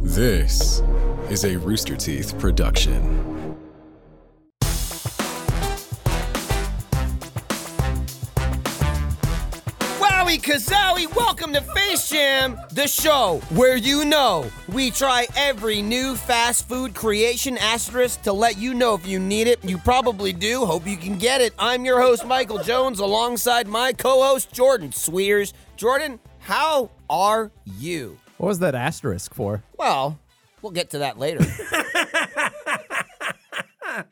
This is a Rooster Teeth production. Wowie Kazowie, welcome to Face Jam, the show where you know we try every new fast food creation asterisk to let you know if you need it. You probably do. Hope you can get it. I'm your host, Michael Jones, alongside my co host, Jordan Sweers. Jordan, how are you? What was that asterisk for? Well, we'll get to that later.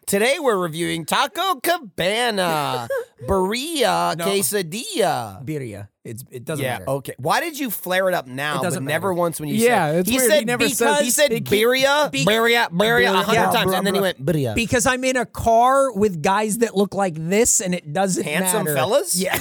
Today we're reviewing Taco Cabana, Birria, Quesadilla. birria. It's it doesn't yeah, matter. okay. Why did you flare it up now, It but doesn't never matter. once when you Yeah, said it's he weird. said He never because says- he said it keep- birria, be- birria, birria a Birria, hundred yeah, times, bruh, and then he bruh. went birria. Because I'm in a car with guys that look like this, and it doesn't handsome matter. fellas. Yeah.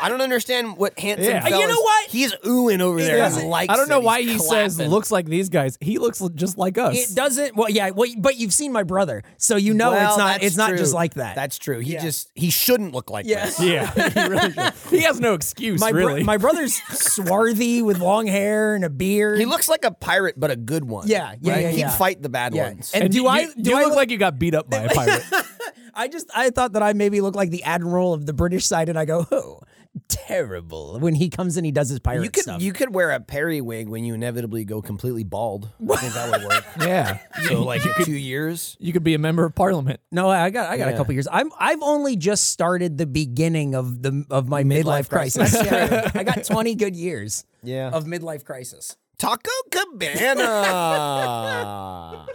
I don't understand what handsome. Yeah. Fellas, You know what? He's oohing over there. doesn't- and likes I don't know it. why he He's says clapping. looks like these guys. He looks l- just like us. It doesn't. Well, yeah. Well, but you've seen my brother, so you know Well, it's not. that's It's not just true. like that. That's true. He just he shouldn't look like Yeah. this. Yeah, he really should. He has no excuse, my bro- really. my brother's swarthy with long hair and a beard. He looks like a pirate, but a good one. Yeah, yeah, right? yeah, He'd yeah. fight the bad Yeah. ones. And and do you, I- you- do you I look look- like you got beat up by a pirate. I just I thought that I maybe looked like the admiral of the British side, and I go, oh, terrible when he comes and he does his pirate you could stuff. you could wear a periwig when you inevitably go completely bald. I think that would work. yeah, so like in two years. you could be a member of parliament. No, I got I got Yeah. a couple years. I'm I've only just started the beginning of the of my midlife, crisis. Yeah, I got 20 good years Yeah. of midlife crisis. Taco Cabana.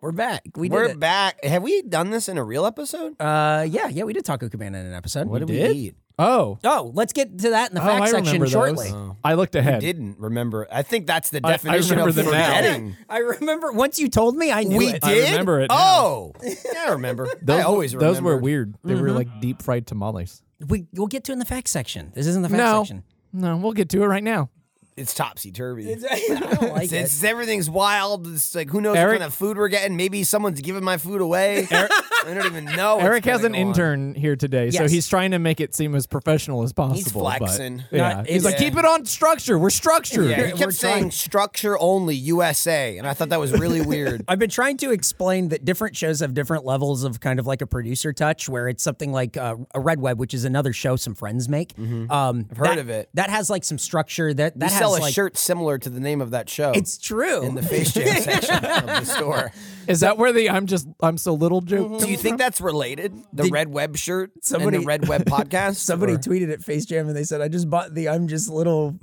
We're back. We We're did it. back. Have we done this in a real episode? Uh, yeah, yeah, we did Taco Cabana in an episode. What did we did? eat? Oh, Oh, let's get to that in the oh, fact I section remember shortly. those. I looked ahead. Didn't remember. I think that's the I definition remember of them now. forgetting. I remember once you told me, I knew We it. did. I remember it now. Oh, yeah, I remember. Those, I always remember. Mm-hmm. those were weird. They were like deep fried tamales. We we'll get to it in the fact section. This isn't the fact no, section. no, we'll get to it right now. It's topsy turvy. I don't like it. Since everything's wild, it's like who knows Eric- what kind of food we're getting. Maybe someone's giving my food away. I don't even know. what's Eric has gonna an go on. intern here today, so Yes. he's trying to make it seem as professional as possible. but- flexing. yeah. Not- he's like, it's- keep it on structure. We're structured. Yeah, he We're kept saying trying- structure only USA, and I thought that was really weird. I've been trying to explain that different shows have different levels of kind of like a producer touch, where it's something like uh, a Red Web, which is another show some friends make. Um, I've heard of it. That has like some structure. That We that has sell a like shirt similar to the name of that show. it's true. in the face jam section of the store. Is that where the I'm just I'm so little joke? Do you think that's related? The red web shirt, Somebody- and the red web podcast. Somebody Or- tweeted at Face Jam and they said, "I just bought the I'm just little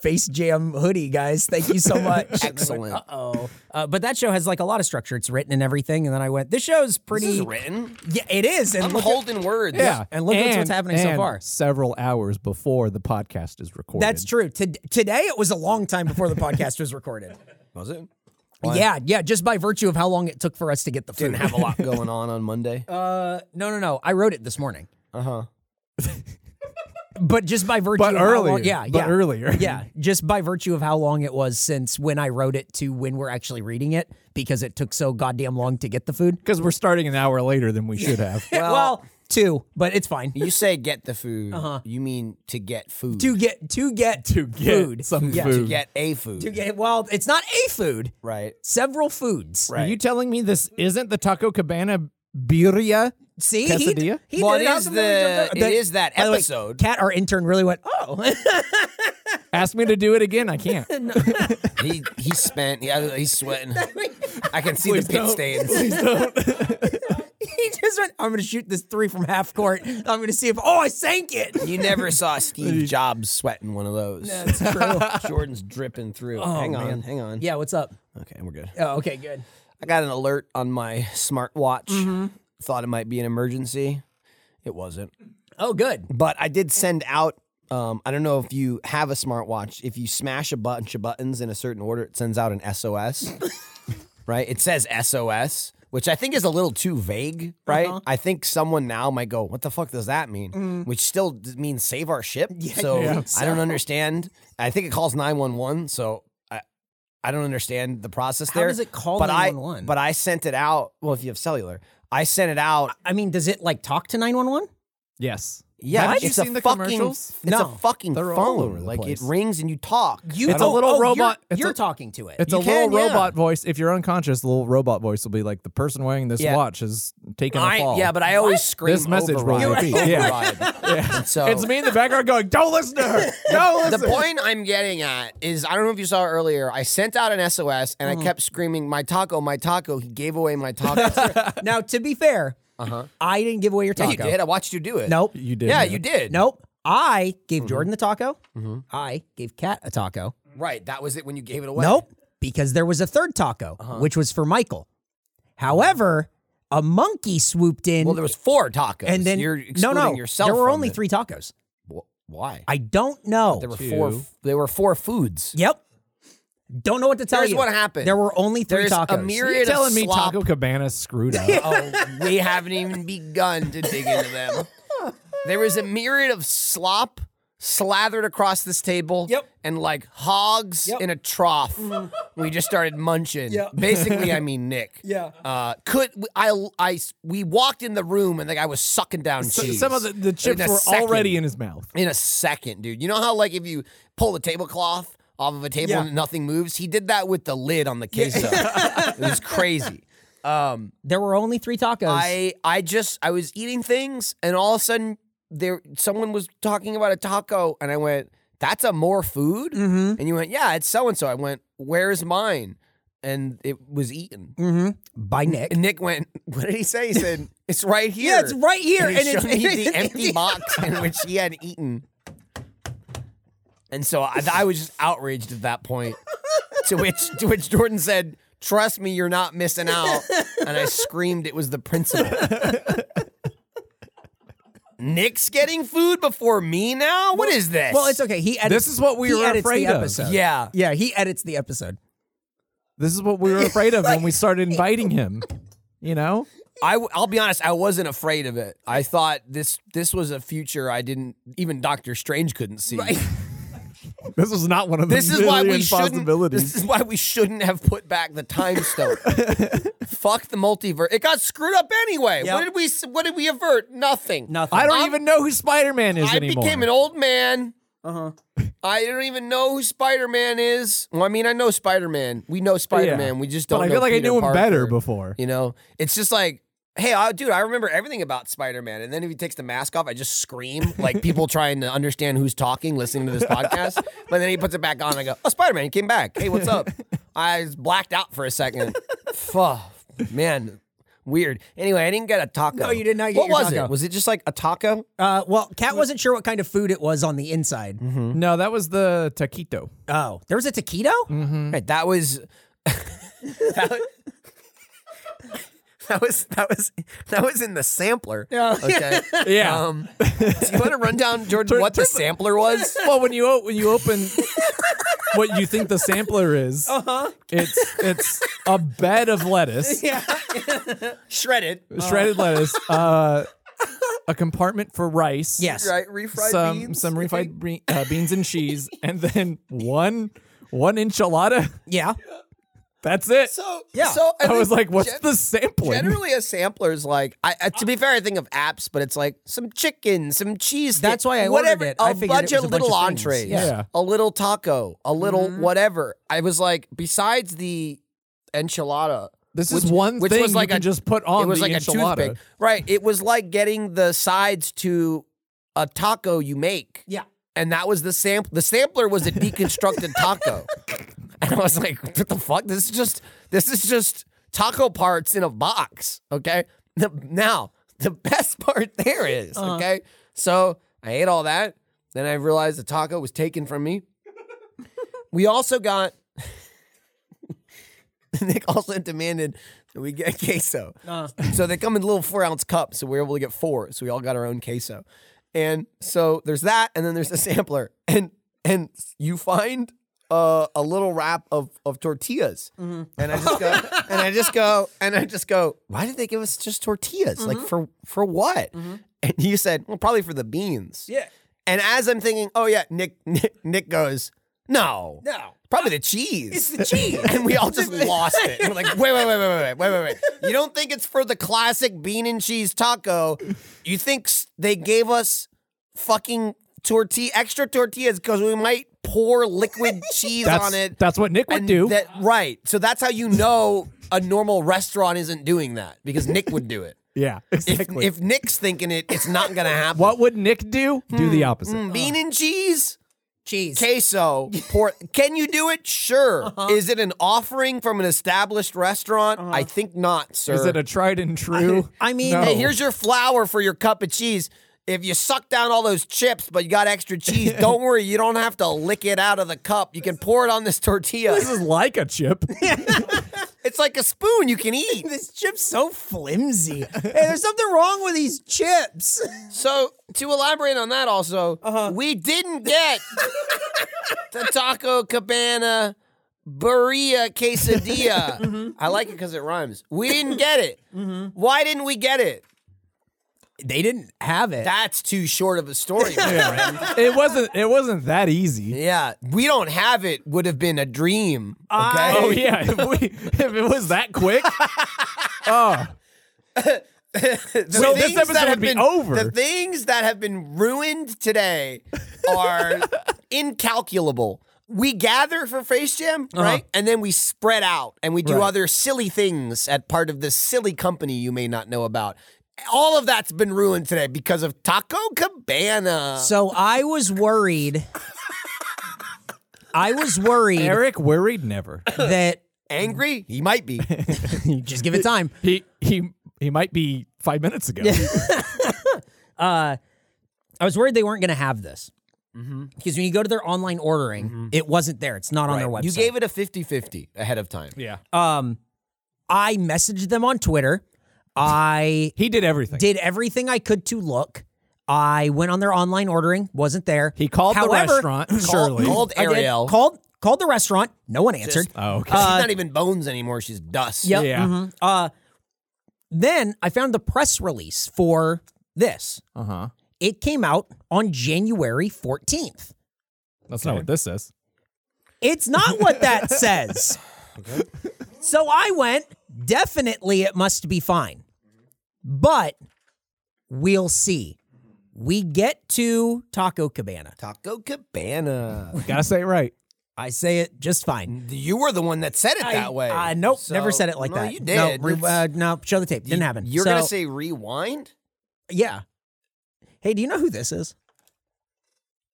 Face Jam hoodie, guys. Thank you so much." Excellent. Uh oh. Uh, but that show has like a lot of structure. It's written and everything. And then I went, "This show's pretty this is written. Yeah, it is. And I'm look at- holding words. Yeah, And look what's- what's happening so and far. Several hours before the podcast is recorded. that's true. To- today it was a long time before the podcast was recorded. Was it? Yeah, yeah, just by virtue of how long it took for us to get the food. Didn't have a lot going on on Monday. uh, no, no, no. I wrote it this morning. Uh huh. but just by virtue But of how earlier, long, yeah, but yeah. earlier. Yeah, just by virtue of how long it was since when I wrote it to when we're actually reading it because it took so goddamn long to get the food. because we're starting an hour later than we should have. Well, two, but it's fine. you say get the food. You mean to get food. uh-huh. To get to get to get food. some yeah. food. To get a food. To get well, it's not a food. right. Several foods. Right. Are you telling me this isn't the Taco Cabana birria? See, Quesadilla? he, he Well, did it out is the the, village of it the- is that By the way, episode. Kat, our intern, really went. Oh, Ask me to do it again. I can't. he he spent. Yeah, he's sweating. I can see the pit don't. stains. he just went. I'm going to shoot this three from half court. I'm going to see if. Oh, I sank it. You never saw Steve Jobs sweating one of those. That's true. Jordan's dripping through. hang on, hang on. Oh, yeah. What's up? Okay, we're good. Oh, okay. Good. I got an alert on my smartwatch. Mm-hmm. Thought it might be an emergency. It wasn't. Oh, good. But I did send out um, I don't know if you have a smartwatch. If you smash a bunch of buttons in a certain order, it sends out an SOS. right? It says SOS, which I think is a little too vague, right? Uh-huh. I think someone now might go, "What the fuck does that mean?" Which still d- means save our ship. so Mm. yeah. I don't understand. I think it calls 911, so I I don't understand the process How there. does it call but I- 911? But I sent it out, well, if you have cellular, I sent it out I mean, does it like talk to 911? yes. Yeah, Haven't it's you a seen the fucking, commercials? It's a No. fucking They're all over phone. the Like place. it rings and you talk. You oh, It's a little you're- robot- You're, it's a- talking to it. It's You a little can, yeah. robot voice. If you're unconscious, the little robot voice will be like, "The person wearing this Yeah. watch is taking a I, fall." yeah, but I always scream This message will override. repeat. Yeah. Override. And So it's me in the background going, "Don't listen to her. Don't the listen." point I'm getting at is I don't know if you saw earlier. I sent out an SOS and Mm. I kept screaming, "My taco, my taco!" He gave away my taco. now, to be fair, I didn't give away your yeah, taco. you did. I watched you do it. Nope. you did. Yeah, man. you did. Nope. I gave Jordan the taco. I gave Kat a taco. Right. That was it when you gave it away. Nope. Because there was a third taco, Uh-huh. which was for Michael. However, a monkey swooped in. Well, there was four tacos. and then you're no, excluding no, yourself. there were from only the- three tacos. Wh- Why? I don't know. There were four. Two. f- There were four foods. Yep. Don't know what to tell Here's you. what happened. There were only three There's a tacos. myriad- You're telling me slop. Taco Cabana screwed up. Oh, we haven't even begun to dig into them. There was a myriad of slop slathered across this table. Yep. And like hogs Yep. in a trough. We just started munching. Yeah. Basically, I mean Nick. Yeah. Uh, could I, I? We walked in the room and the guy was sucking down So- cheese. Some of the, the chips In a were second. already in his mouth. in a second, dude. You know how like if you pull the tablecloth off of a table Yeah. and nothing moves? He did that with the lid on the queso. it was crazy. Um, There were only three tacos. I I just I was eating things and all of a sudden there someone was talking about a taco and I went, That's a more food? mm-hmm. And you went, Yeah, it's so and so. I went, Where's mine? And it was eaten. Mm-hmm. By Nick. And Nick went, What did he say? He said, It's right here. Yeah, it's right here, And and he it's showed me the it's empty box in which he had eaten. And so I, I was just outraged at that point. to which to which Jordan said, "Trust me, you're not missing out." And I screamed, "It was the principal." Nick's getting food before me now. What is this? Well, it's okay. He edits. This is what we he were edits afraid the of. episode. yeah. yeah. He edits the episode. This is what we were afraid of when we started inviting him. You know, I w- I'll be honest. I wasn't afraid of it. I thought this this was a future I didn't even Doctor Strange couldn't see. this was not one of the This is why we million shouldn't. possibilities. This is why we shouldn't have put back the time stone. Fuck the multiverse. It got screwed up anyway. Yep. What did we? s- What did we avert? Nothing. Nothing. I don't I'm- even know who Spider Man is I anymore. became an old man. Uh-huh. I don't even know who Spider Man is. Well, I mean, I know Spider Man. We know Spider Man. We just don't. But I know feel like I Peter knew him better Parker. before. You know, it's just like, hey, I, dude, I remember everything about Spider Man. And then if he takes the mask off, I just scream like people trying to understand who's talking, listening to this podcast. But then he puts it back on. And I go, oh, Spider Man, you came back. Hey, what's up? I was blacked out for a second. Fuh, man. Weird. Anyway, I didn't get a taco. No, you did not get What your was taco. it? Was it just like a taco? Uh, well, Kat wasn't sure what kind of food it was on the inside. Mm-hmm. No, that was the taquito. Oh, there was a taquito. Right, that was that was that was that was that was in the sampler. Yeah. Okay. Yeah. Um, do you want to run down, Jordan, Turn- what the turn- sampler was? well, when you o- when you open what you think the sampler is, uh-huh. it's it's a bed of lettuce, Shredded. shredded Uh-huh. lettuce, uh, a compartment for rice, Yes. Right, refried some beans. some I think. refried bre- uh, beans and cheese, and then one one enchilada. Yeah. That's it. So Yeah. so I was think like, what's gen- the sampling? Generally, a sampler is like, I, I, to be fair, I think of apps, but it's like some chicken, some cheese. That's why I ordered whatever, it. A I figured bunch it of was a bunch little of things. entrees, Yeah. a little taco, a little whatever. I was like, besides the enchilada, this which- is one which thing was you like can a- just put on it was the like a enchilada. toothpick, right? It was like getting the sides to a taco you make, Yeah. and that was the sample. The sampler was a deconstructed taco, and I was like, "What the fuck? This is just this is just taco parts in a box." Okay, The- now the best part there is, okay. So I ate all that, then I realized the taco was taken from me. we also got. Nick also demanded that we get queso. So they come in little four ounce cups, so we were able to get four. So we all got our own queso. And so there's that, and then there's the sampler. And and you find uh, a little wrap of of tortillas. And I just go, and I just go, and I just go, why did they give us just tortillas? Like for for what? And you said, well, probably for the beans. Yeah. And as I'm thinking, oh yeah, Nick Nick, Nick goes, no. No. Probably the cheese. It's the cheese. and we all just lost it. We're like, wait, wait, wait, wait, wait, wait, wait, wait. You don't think it's for the classic bean and cheese taco. You think s- they gave us fucking tortilla, extra tortillas, because we might pour liquid cheese That's, on it. that's what Nick would and do. That, right. So that's how you know a normal restaurant isn't doing that because Nick would do it. yeah, If, exactly. if Nick's thinking it, it's not going to happen. what would Nick do? Do Hmm, the opposite. Bean and cheese? Cheese. queso. Por- Can you do it? Sure. Uh-huh. Is it an offering from an established restaurant? I think not, sir. Is it a tried and true? I mean, No. hey, here's your flour for your cup of cheese. If you suck down all those chips, but you got extra cheese, don't worry. You don't have to lick it out of the cup. You can pour it on this tortilla. this is like a chip. It's like a spoon you can eat. this chip's so flimsy. hey, there's something wrong with these chips. So to elaborate on that, also, we didn't get the Taco Cabana Burrilla Quesadilla. I like it because it rhymes. We didn't get it. Why didn't we get it? they didn't have it. That's too short of a story. my friend. it wasn't. It wasn't that easy. yeah, we don't have it would have been a dream. Okay. Oh yeah, if, we, if it was that quick, oh, The So this things episode that have would be been- over. The things that have been ruined today are incalculable. We gather for Face Jam, right? And then we spread out and we do Uh-huh. Right. other silly things at part of this silly company you may not know about. All of that's been ruined today because of Taco Cabana. So I was worried. I was worried Eric worried never. that Angry? He might be. just give it time. He he he might be five minutes ago. I was worried they weren't going to have this. Because when you go to their online ordering, it wasn't there. It's not on their website. Um, you gave it a 50 50 ahead of time. yeah, I messaged them on Twitter. I he did everything. did everything I could to look. I went on their online ordering, wasn't there. He called the However, restaurant, surely. called I did. Ariel. Called called the restaurant. No one answered. oh, okay. she's not even bones anymore. She's dust. Yep. yeah. Uh, Then I found the press release for this. Uh huh. It came out on January 14th. That's not what this is. It's not what that says. So I went, definitely it must be fine. But we'll see. We get to Taco Cabana. Taco Cabana. Gotta say it right. I say it just fine. You were the one that said it that way. Uh, nope, So- never said it like no, that. You No, did. re- It's- uh, no, show the tape. Didn't you- happen. You're gonna So- say rewind? yeah. Hey, do you know who this is?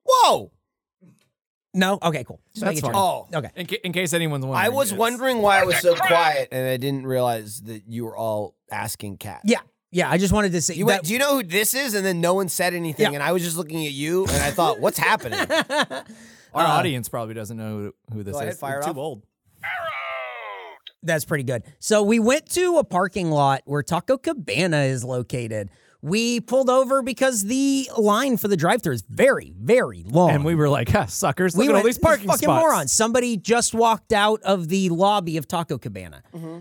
Whoa! No. Okay. Cool. Just That's making fine. sure. Oh. Okay. In, ca- in case anyone's wondering, I was it's- wondering why I was so quiet, and I didn't realize that you were all asking Cat. Yeah. Yeah. I just wanted to say. You went, that, do you know who this is? And then no one said anything, Yeah. and I was just looking at you, and I thought, what's happening? Our audience probably doesn't know who, who this uh, ahead, is. fire We're off. too old. That's pretty good. So we went to a parking lot where Taco Cabana is located. We pulled over because the line for the drive-thru is very, very long. And we were like, huh, suckers, look we at all went, these parking fucking spots. morons. Somebody just walked out of the lobby of Taco Cabana. Mm-hmm.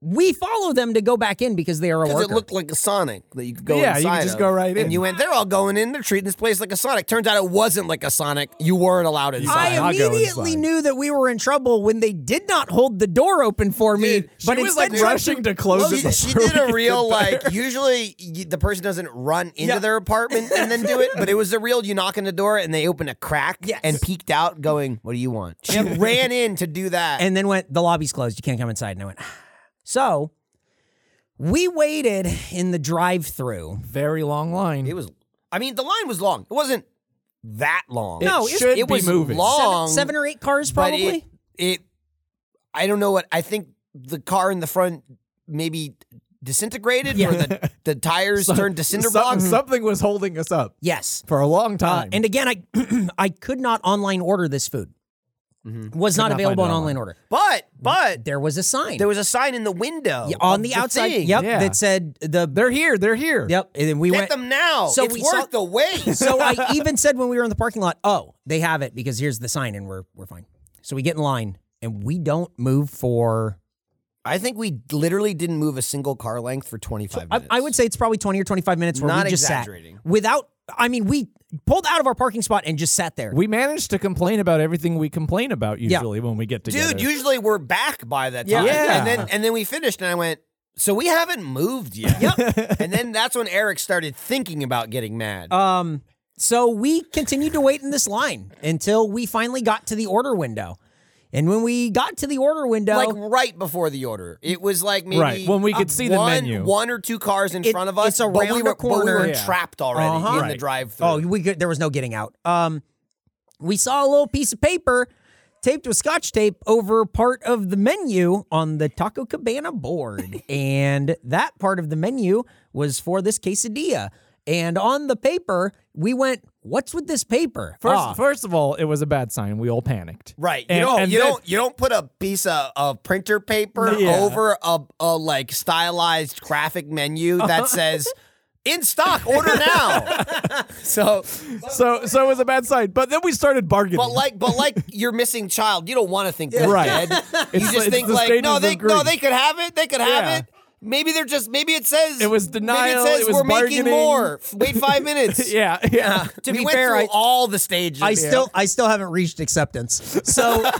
We follow them to go back in because they are a Because worker. it looked like a Sonic that you could go Yeah, you could inside just of. go right in. And you went, they're all going in. They're treating this place like a Sonic. Turns out it wasn't like a Sonic. You weren't allowed inside. I'll I go immediately inside. knew that we were in trouble when they did not hold the door open for me. She but was like instead tried rushing to close Well, it. she, she before did a we real could- like. Usually, y the person doesn't run into Yeah. their apartment and then do it, but it was a real. You knock on the door and they open a crack Yes. and peeked out, going, "What do you want?" She ran in to do that. and then went the lobby's closed you can't come inside and i went so we waited in the drive-through very long line. it was. I mean, the line was long. It wasn't that long. No, it it's- should it be was moving. long. seven, seven or eight cars but probably It, it. I don't know what. I think the car in the front maybe disintegrated, or the the tires turned to cinder Some- blocks. something was holding us up yes for a long Uh, time. and again i i could not online order this food was not Mm-hmm. not available on find it online online. order but but there was a sign there was a sign in the window Yeah, on of the outside thing. yep Yeah. that said the they're here. They're here. yep and then we Get went them now. So it's we worth saw- the wait. so I even said when we were in the parking lot, oh, they have it because here's the sign and we're we're fine. So we get in line and we don't move for I think we literally didn't move a single car length for 25 I, minutes. I would say it's probably 20 or 25 minutes where Not we just sat exaggerating. without I mean we pulled out of our parking spot and just sat there. We managed to complain about everything we complain about usually when we get together. Dude, usually we're back by that time. Yeah. And then and then we finished and I went, "So we haven't moved yet." yep. And then that's when Eric started thinking about getting mad. um So we continued to wait in this line until we finally got to the order window. And when we got to the order window, Like right before the order, it was like maybe Right, when we could see the one, menu. one or two cars in It- front of us. it's around but we the were, but we corner. were Yeah. trapped already Uh-huh. in the Right. drive-through. oh, we could, there was no getting out. Um, we saw a little piece of paper taped with scotch tape over part of the menu on the Taco Cabana board, and that part of the menu was for this quesadilla. And on the paper, we went, "What's with this paper?" First, Ah, first of all, it was a bad sign. We all panicked. Right. You And- don't and you then- don't you don't put a piece of, of printer paper No. Yeah. over a, a like stylized graphic menu that says in stock, order now. so So, so it was a bad sign. But then we started bargaining. but like but like your missing child, you don't want to think they're Right. dead. You just It's like- it's think the like no stages they of no grief. they could have it, they could have Yeah. it. Maybe they're just maybe it says It was Maybe denial, it says it was we're making bargaining. more. Wait five minutes. yeah, yeah. to we be went fair, through I, all the stages. I still I still haven't reached acceptance. So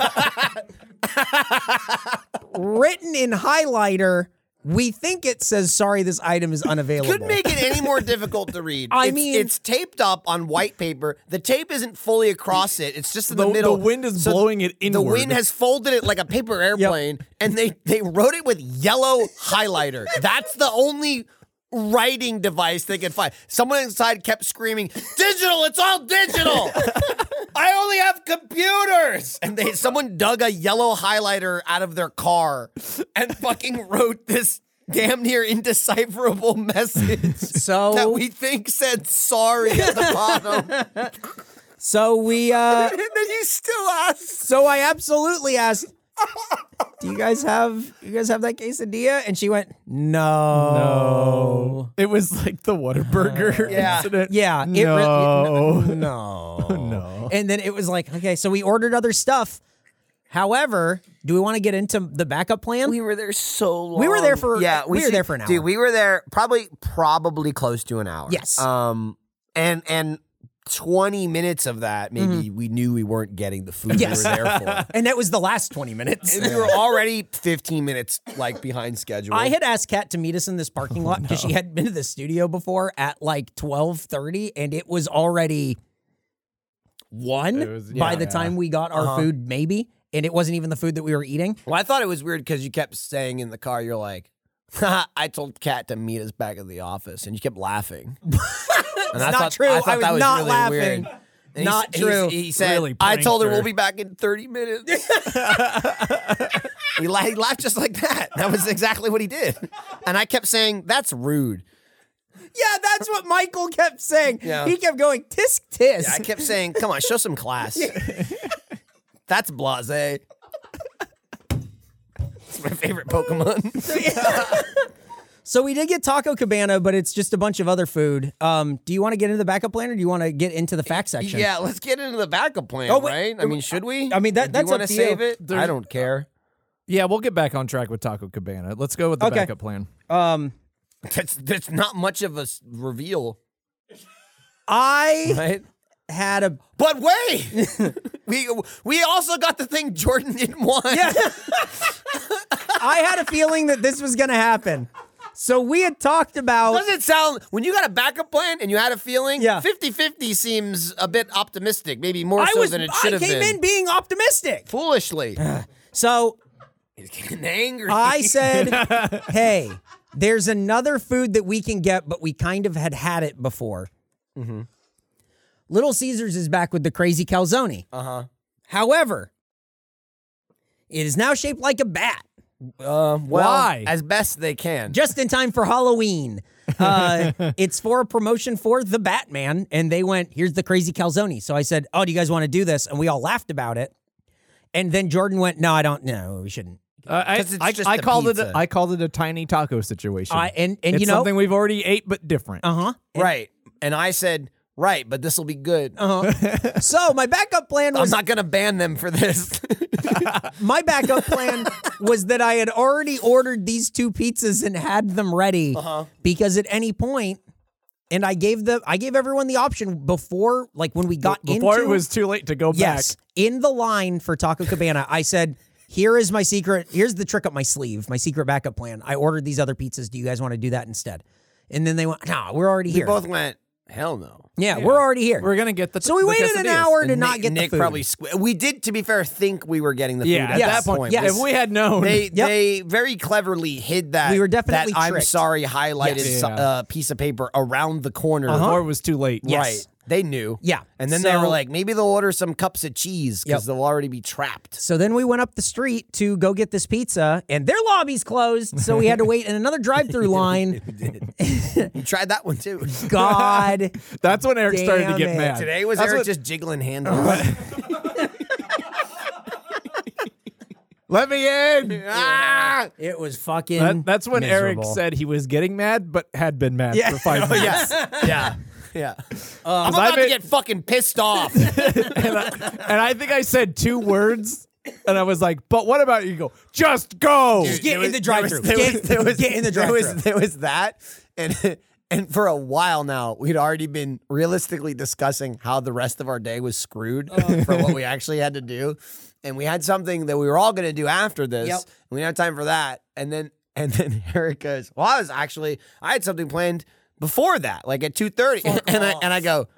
written in highlighter, we think it says sorry this item is unavailable. Couldn't make it any more difficult to read. I It's- mean- it's taped up on white paper. The tape isn't fully across it. It's just in the, The- the middle. wind is blowing it The wind inward. has folded it like a paper airplane, and they they wrote it with yellow highlighter. That's the only writing device they could find. Someone inside kept screaming, "Digital! It's all digital! I only have computers!" And they someone dug a yellow highlighter out of their car and fucking wrote this. Damn near indecipherable message So- that we think said sorry at the bottom, and So we uh then you still ask. so I absolutely asked Do you guys have you guys have that quesadilla? And she went, No. It was like the Whataburger Yeah. incident. Yeah, it no. really- Oh, No. no. And then it was like, okay, so we ordered other stuff. However, do we want to get into the backup plan? We were there so long. We were there for- yeah. we were should- there for an hour. Dude, we were there probably probably close to an hour. Yes. Um, and and twenty minutes of that maybe we knew we weren't getting the food Mm-hmm. Yes. we were there for. and that was the last 20 minutes. And we were already fifteen minutes like behind schedule. I had asked Kat to meet us in this parking Oh, lot because she hadn't been to the studio before at like twelve thirty, and it was already one It was- by yeah. the time we got Uh-huh. our food, maybe, and it wasn't even the food that we were eating. well, I thought it was weird because you kept saying in the car, you're like. "Haha, I told Kat to meet us back at the office, and you kept laughing. And I not true. I was not laughing. And he Not s- he s- true. He, said, Really "I told her pranked we'll be her. back in 30 minutes." he, la- he laughed just like that. That was exactly what he did. And I kept saying, "That's rude." Yeah, that's what Michael kept saying. Yeah. He kept going tisk tisk. I kept saying, "Come on, show some class." That's blasé. It's my favorite Pokemon. so we did get Taco Cabana, but it's just a bunch of other food. Um, do you want to get into the backup plan, or do you want to get into the fact section? yeah, let's get into the backup plan, Oh, wait. right? I mean, should we? I mean, that- Do that's you want up to you. save it. I don't care. Yeah, we'll get back on track with Taco Cabana. Let's go with the Okay. backup plan. Um, That's that's not much of a s- reveal, I right? had a But wait, we we also got the thing Jordan didn't want. I had a feeling that this was going to happen. So we had talked about Doesn't it sound when you got a backup plan and you had a feeling? Yeah. 50-50 seems a bit optimistic, maybe more so than it should I have came been. in being optimistic. Foolishly, So he's getting angry. I said, "Hey, there's another food that we can get, but we kind of had had it before." Mm-hmm. Little Caesars is back with the crazy calzone. Uh Uh-huh. huh. However, it is now shaped like a bat, uh, well, Why? As best they can. just in time for Halloween. Uh, it's for a promotion for the Batman, and they went, "Here's the crazy calzone." So I said, "Oh, do you guys want to do this?" And we all laughed about it. And then Jordan went, "No, I don't. No, we shouldn't." Uh, I, 'Cause it's I, just I a called it. pizza. A, I called it a tiny taco situation. I- and- and It's you know- something we've already ate but different. Uh huh. right. And I said, right, but this will be good. Uh, Uh-huh. So my backup plan I'm was not gonna ban them for this. my backup plan was that I had already ordered these two pizzas and had them ready Uh-huh. because at any point, and I gave the I gave everyone the option before, like when we got Before into it was too late to go yes in the line for Taco Cabana, I said. Here is my secret. Here's the trick up my sleeve, my secret backup plan. I ordered these other pizzas. Do you guys want to do that instead? And then they went, nah, we're already here. Both went. Hell no. Yeah, we're already here. We're gonna get the. so we the waited an quesadillas. hour to And not Nick, get Nick the food. probably squ- we did to be fair think we were getting the Yeah, food at yes. that point. Yes. If we had known, They Yep. they very cleverly hid that We were definitely that I'm tricked. sorry highlighted Yes. so- Yeah. uh, piece of paper around the corner. or it was too late. Right. They knew. Uh-huh. Yeah. And then they were So- like, maybe they'll order some cups of cheese because Yep. they'll already be trapped. So then we went up the street to go get this pizza, and their lobby's closed. So we had to wait in another drive-through line. You tried that one too. God, That's when Eric started to Damn get it. mad. Today was That's Eric what- just jiggling handles. Let me in. ah! it was fucking. That- that's when Eric miserable. said he was getting mad, but had been mad for Oh, five minutes. Yes. yeah. Yeah. Uh, I'm 'Cause I about to made- get fucking pissed off. and, I, and I think I said two words, and I was like, "But what about you?" Go, just go. get in the drive-thru. There was- there Get- was- get in the there was- drive-thru. There was that, and and for a while now, we'd already been realistically discussing how the rest of our day was screwed Oh. for what we actually had to do, and we had something that we were all going to do after this. Yep. And we didn't have time for that, and then and then Eric goes, "Well, I was actually I had something planned before that, like at two thirty, and I and I go."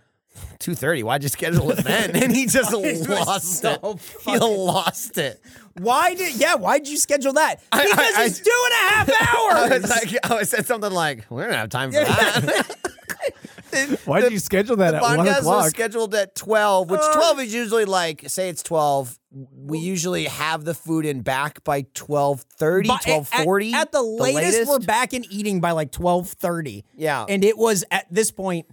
2.30 why'd you schedule it then and he just lost so it he lost it Why did? Yeah, why did you schedule that? I- Because I- it's two and a I half hours. was like, I said something like, "We don't have time for that." Why did you schedule that at one Podcast was o'clock? scheduled at twelve, which Uh. twelve is usually like, say it's twelve. We usually have the food in back by 1230, But at- 1240. At, at the, latest, we're back and eating by like twelve thirty. Yeah. and it was at this point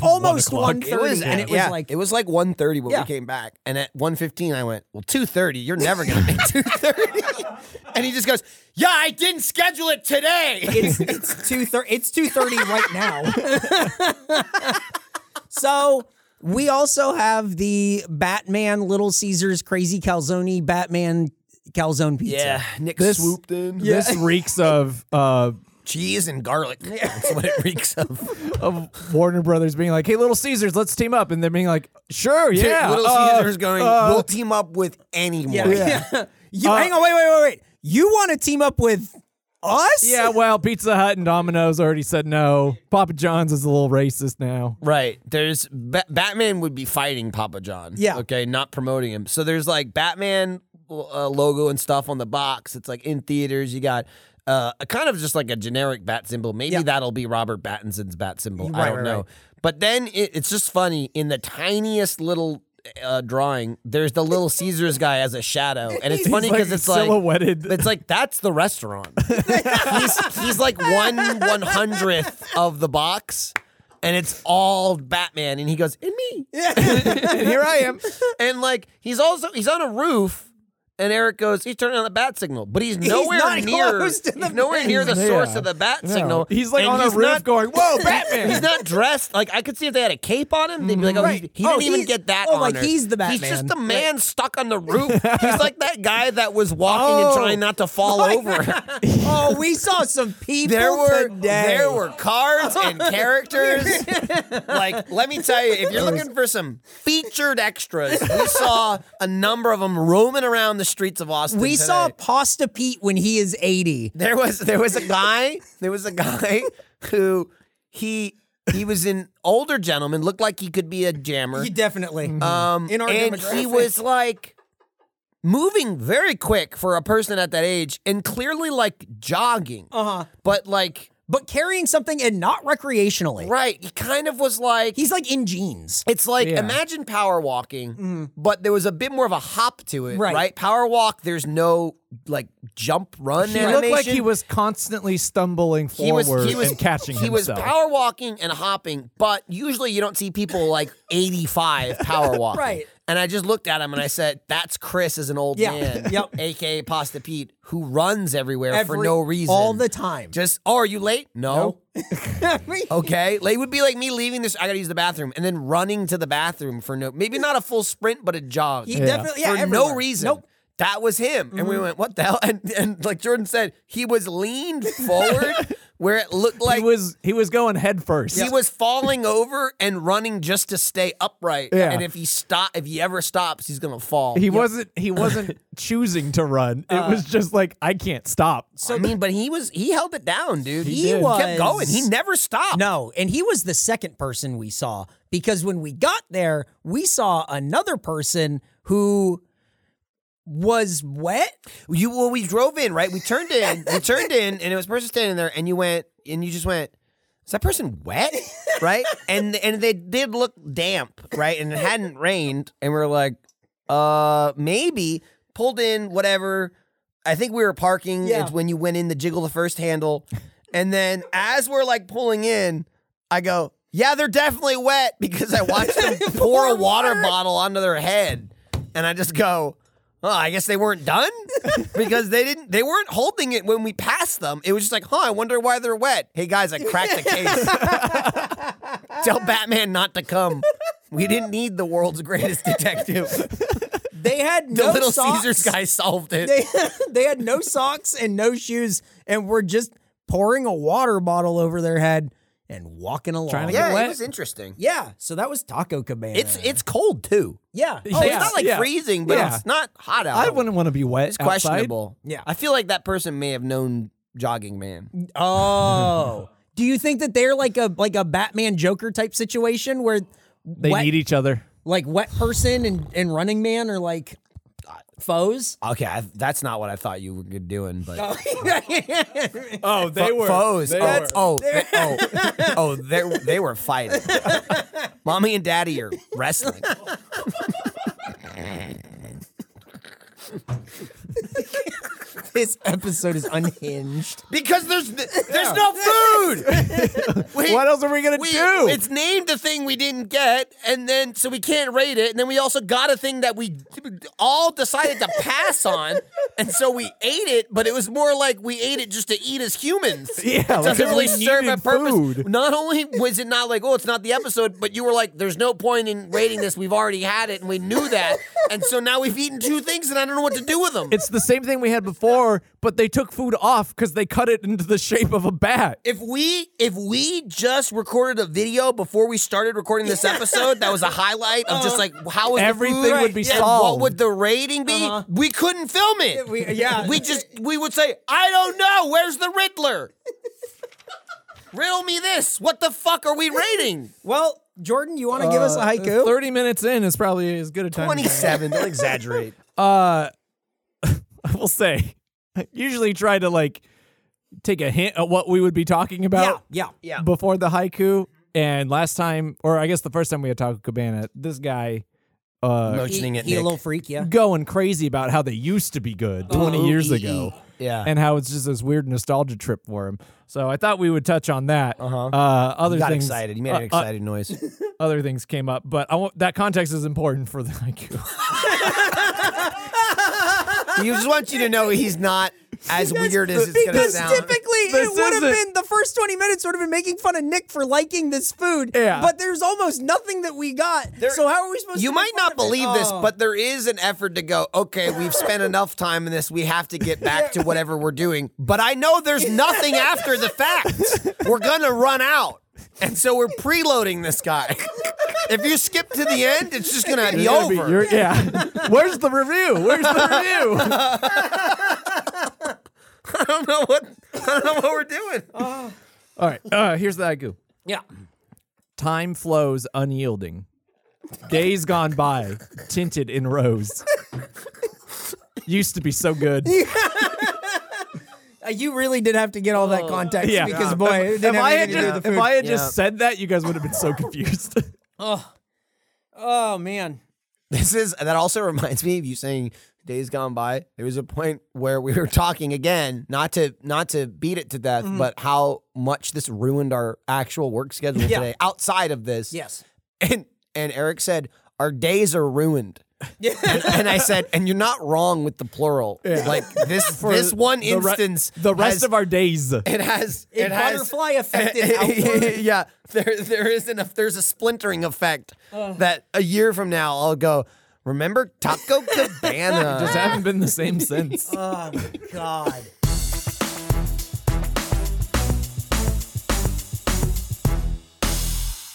almost o'clock. one It thirty, It was, and it was yeah, like it was like 1.30 when Yeah. we came back, and at 1.15 I went, "Well, 2.30, you're never gonna make 2.30. and he just goes, "Yeah, I didn't schedule it today." it's it's two thirty. It's two thirty right now. so we also have the Batman Little Caesars Crazy Calzone Batman Calzone pizza. Yeah, Nick swooped in. This reeks of uh, Cheese and garlic. That's what it reeks of. of Warner Brothers being like, "Hey, Little Caesars, let's team up," and they're being like, "Sure, Dude, yeah." Little uh, Caesars going, uh, we'll team up with anyone. Yeah. You, hang on, wait, wait, wait, wait. You want to team up with us? yeah, well, Pizza Hut and Domino's already said no. Papa John's is a little racist now. Right. There's ba- Batman would be fighting Papa John. Yeah. Okay. Not promoting him. So there's like Batman uh, logo and stuff on the box. It's like in theaters. You got uh, a kind of just like a generic bat symbol. Maybe Yeah. that'll be Robert Pattinson's bat symbol. I Right, don't right, know. right. But then it, it's just funny in the tiniest little. Uh, drawing there's the little Caesars guy as a shadow, and it's funny because like it's like silhouetted. It's like that's the restaurant. he's, he's like one one hundredth of the box, and it's all Batman, and he goes and me, And here I am. and like he's also he's on a roof, and Eric goes he's turning on the bat signal, but he's nowhere not near close to the he's nowhere near the Yeah. source of the bat No. signal. He's like and on a he's roof not- going, "Whoa, Batman!" He's not dressed. Like I could see if they had a cape on him, they'd be like, "Oh, he, he Oh, didn't even he's- get that." oh, on like, her. he's the He's Batman. just a man stuck on the roof. he's like that guy that was walking Oh. and trying not to fall over. Oh, we saw some people There were today. there were cards and characters. like, let me tell you, if you're looking for some featured extras, we saw a number of them roaming around the streets of Austin. We saw today. Pasta Pete when he is eighty. there was there was a guy there was a guy who he he was an older gentleman looked like he could be a jammer. definitely. Um, In our and he demographic. was like moving very quick for a person at that age, and clearly like jogging, Uh-huh. but like. but carrying something and not recreationally. Right. He kind of was like He's like in jeans. It's like Yeah. Mm-hmm. imagine power walking, but there was a bit more of a hop to it, Right. right? Power walk, there's no like jump run He animation. looked like he was constantly stumbling He forward was, he was and catching He was himself. power walking and hopping, but usually you don't see people like 85 power walking. Right. And I just looked at him and I said, "That's Chris as an old Yeah. man, Yep. aka Pasta Pete, who runs everywhere for Every- no reason, all the time. Just, oh, are you late? no. oh, Okay, like, it would be like me leaving this. I gotta use the bathroom, and then running to the bathroom for no, maybe not a full sprint, but a jog he definitely yeah, for everywhere. no reason. Nope. That was him, and we went, "What the hell?" And, and like Jordan said, he was leaned forward, where it looked like he was he was going head first. he was falling over and running just to stay upright. Yeah. And if he stop, if he ever stops, he's gonna fall. He wasn't he wasn't choosing to run. It was just like I can't stop. so I mean, but he was he held it down, dude. He did. kept going. was- He never stopped. No, and he was the second person we saw because when we got there, we saw another person who was wet. You well, we drove in, right? We turned in, we turned in, and it was a person standing there, and you went, and you just went, is that person wet, right? And and they did look damp, right? And it hadn't rained, and we are like, uh, maybe pulled in whatever. I think we were parking. Yeah. It's when you went in to jiggle the first handle, and then as we're like pulling in, I go, yeah, they're definitely wet because I watched them pour a water bottle onto their head, and I just go. Oh, I guess they weren't done because they didn't. They weren't holding it when we passed them. It was just like, huh? I wonder why they're wet. Hey guys, I cracked the case. Tell Batman not to come. We didn't need the world's greatest detective. They had The no Little socks. Caesars guy solved it. They, they had no socks and no shoes and were just pouring a water bottle over their head and walking along. Trying to get yeah, wet. it was interesting. yeah, so that was Taco Cabana. It's it's cold too. yeah. Oh, Yeah, it's not like yeah. freezing, but Yeah. it's not hot out. I wouldn't want to be wet. It's outside. questionable. Yeah. I feel like that person may have known jogging man. Oh. Do you think that they're like a like a Batman Joker type situation where They wet, need each other. like wet person and, and running man are like foes? Okay, I, that's not what I thought you were good doing, but. Oh, they were foes. oh, oh, they- oh, oh, they they were fighting. Mommy and daddy are wrestling. this episode is unhinged. Because there's there's no food. We- What else are we gonna we- do? It's named the thing we didn't get, and then so we can't rate it, and then we also got a thing that we all decided to pass on, and so we ate it, but it was more like we ate it just to eat as humans. Yeah, it doesn't like really we serve a needed purpose. food. Not only was it not like, oh, it's not the episode, but you were like, there's no point in rating this. We've already had it, and we knew that, and so now we've eaten two things, and I don't know what to do with them. It's the same thing we had before, but they took food off because they cut it into the shape of a bat. If we if we just recorded a video before we started recording this episode, that was a highlight of just like how was the Everything food, would be and What solved. would the rating be? We couldn't film it. we- yeah. Uh-huh. we just we would say, I don't know. Where's the Riddler? Riddle me this. What the fuck are we rating? Well, Jordan, you want to give us a haiku? Thirty minutes in is probably as good a time. as I have. Twenty-seven. Don't exaggerate. Uh, I will say, I usually try to like take a hint at what we would be talking about yeah, yeah. before the haiku. And last time, or I guess the first time we had Taco Cabana, this guy uh, Motioning He, it. he a Nick. little freak, yeah. going crazy about how they used to be good 20 years ago. Oh, Yeah. And how it's just this weird nostalgia trip for him. So I thought we would touch on that. Uh-huh. Uh, other got things, excited. He made uh, an excited noise. uh, other things came up, but I want, that context is important for the haiku. he just wants you to know he's not as weird as it's gonna Because sound. typically This it would have been isn't- the first 20 minutes would have been making fun of Nick for liking this food. Yeah. But there's almost nothing that we got. so how are we supposed You to make might fun not of it? believe this, Oh. but there is an effort to go, okay, we've spent enough time in this. We have to get back to whatever we're doing. But I know there's nothing after the fact. We're going to run out. And so we're preloading this guy. If you skip to the end, it's just going to be You're gonna be- over. you're- yeah. Where's the review? Where's the review? I don't know what I don't know what we're doing. All right. Uh, here's the haiku. Yeah. Time flows unyielding. Days gone by, tinted in rose. Used to be so good. Uh, you really did have to get all that context Yeah. because boy, it didn't If have I had anything to do just, with the if food. I had Yeah. just said that, you guys would have been so confused. oh man. This is that also reminds me of you saying days gone by. There was a point where we were talking again, not to not to beat it to death, Mm-hmm. but how much this ruined our actual work schedule today outside of this. Yes. And and Eric said, Our days are ruined. and, and I said, and you're not wrong with the plural. Like this this one The re- instance the rest has- of our days. it has It, it has butterfly affected outward. yeah, there there is an there's a splintering effect that a year from now I'll go. Remember Taco Cabana? Just haven't been the same since. God.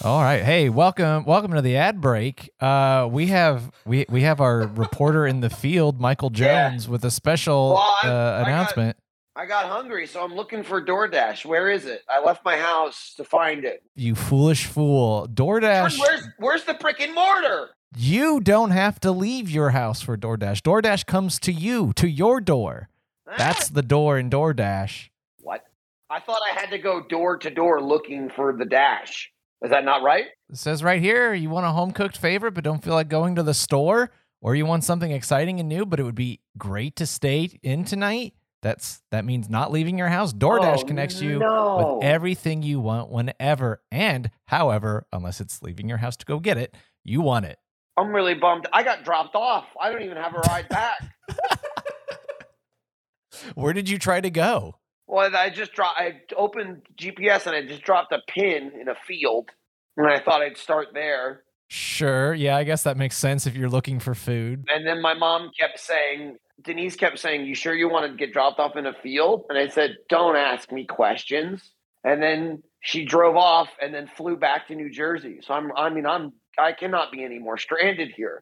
All right. Hey, welcome welcome to the ad break. Uh we have we we have our reporter in the field, Michael Yeah. Jones, with a special Well, I- I uh, got- announcement. I got hungry, so I'm looking for DoorDash. Where is it? I left my house to find it. You foolish fool. DoorDash Where's where's the brick and mortar? you don't have to leave your house for DoorDash. DoorDash comes to you, to your door. Ah, That's the door in DoorDash. what? I thought I had to go door to door looking for the dash. Is that not right? It says right here, you want a home cooked favorite but don't feel like going to the store, or you want something exciting and new, but it would be great to stay in tonight. That's that means not leaving your house. DoorDash Oh, connects you no. with everything you want whenever and however, unless it's leaving your house to go get it, you want it. I'm really bummed. I got dropped off. I don't even have a ride back. Where did you try to go? Well, I just dropped. I opened GPS and I just dropped a pin in a field, and I thought I'd start there. Sure, yeah, I guess that makes sense if you're looking for food. And then my mom kept saying, Denise kept saying, You sure you want to get dropped off in a field? And I said, Don't ask me questions. And then she drove off and then flew back to New Jersey. So I'm, I mean, I'm, I cannot be any more stranded here.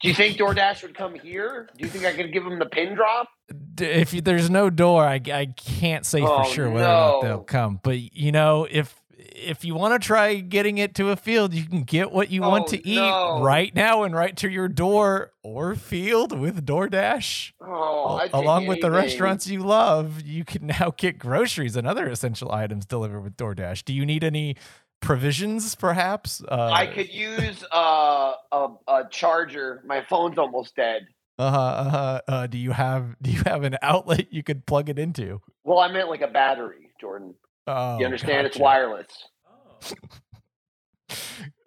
Do you think DoorDash would come here? Do you think I could give them the pin drop? D- If you, there's no door, I, I can't say Oh, for sure whether or not no. they'll come. But you know, if if you want to try getting it to a field, you can get what you want Oh, to eat no. right now and right to your door or field with DoorDash. Oh, I'd take Along with the anything. restaurants you love, you can now get groceries and other essential items delivered with DoorDash. Do you need any provisions, perhaps? Uh, I could use uh, a, a charger. My phone's almost dead. Uh, uh, uh, do you have Do you have an outlet you could plug it into? Well, I meant like a battery, Jordan. Oh, You understand? It's gotcha. wireless.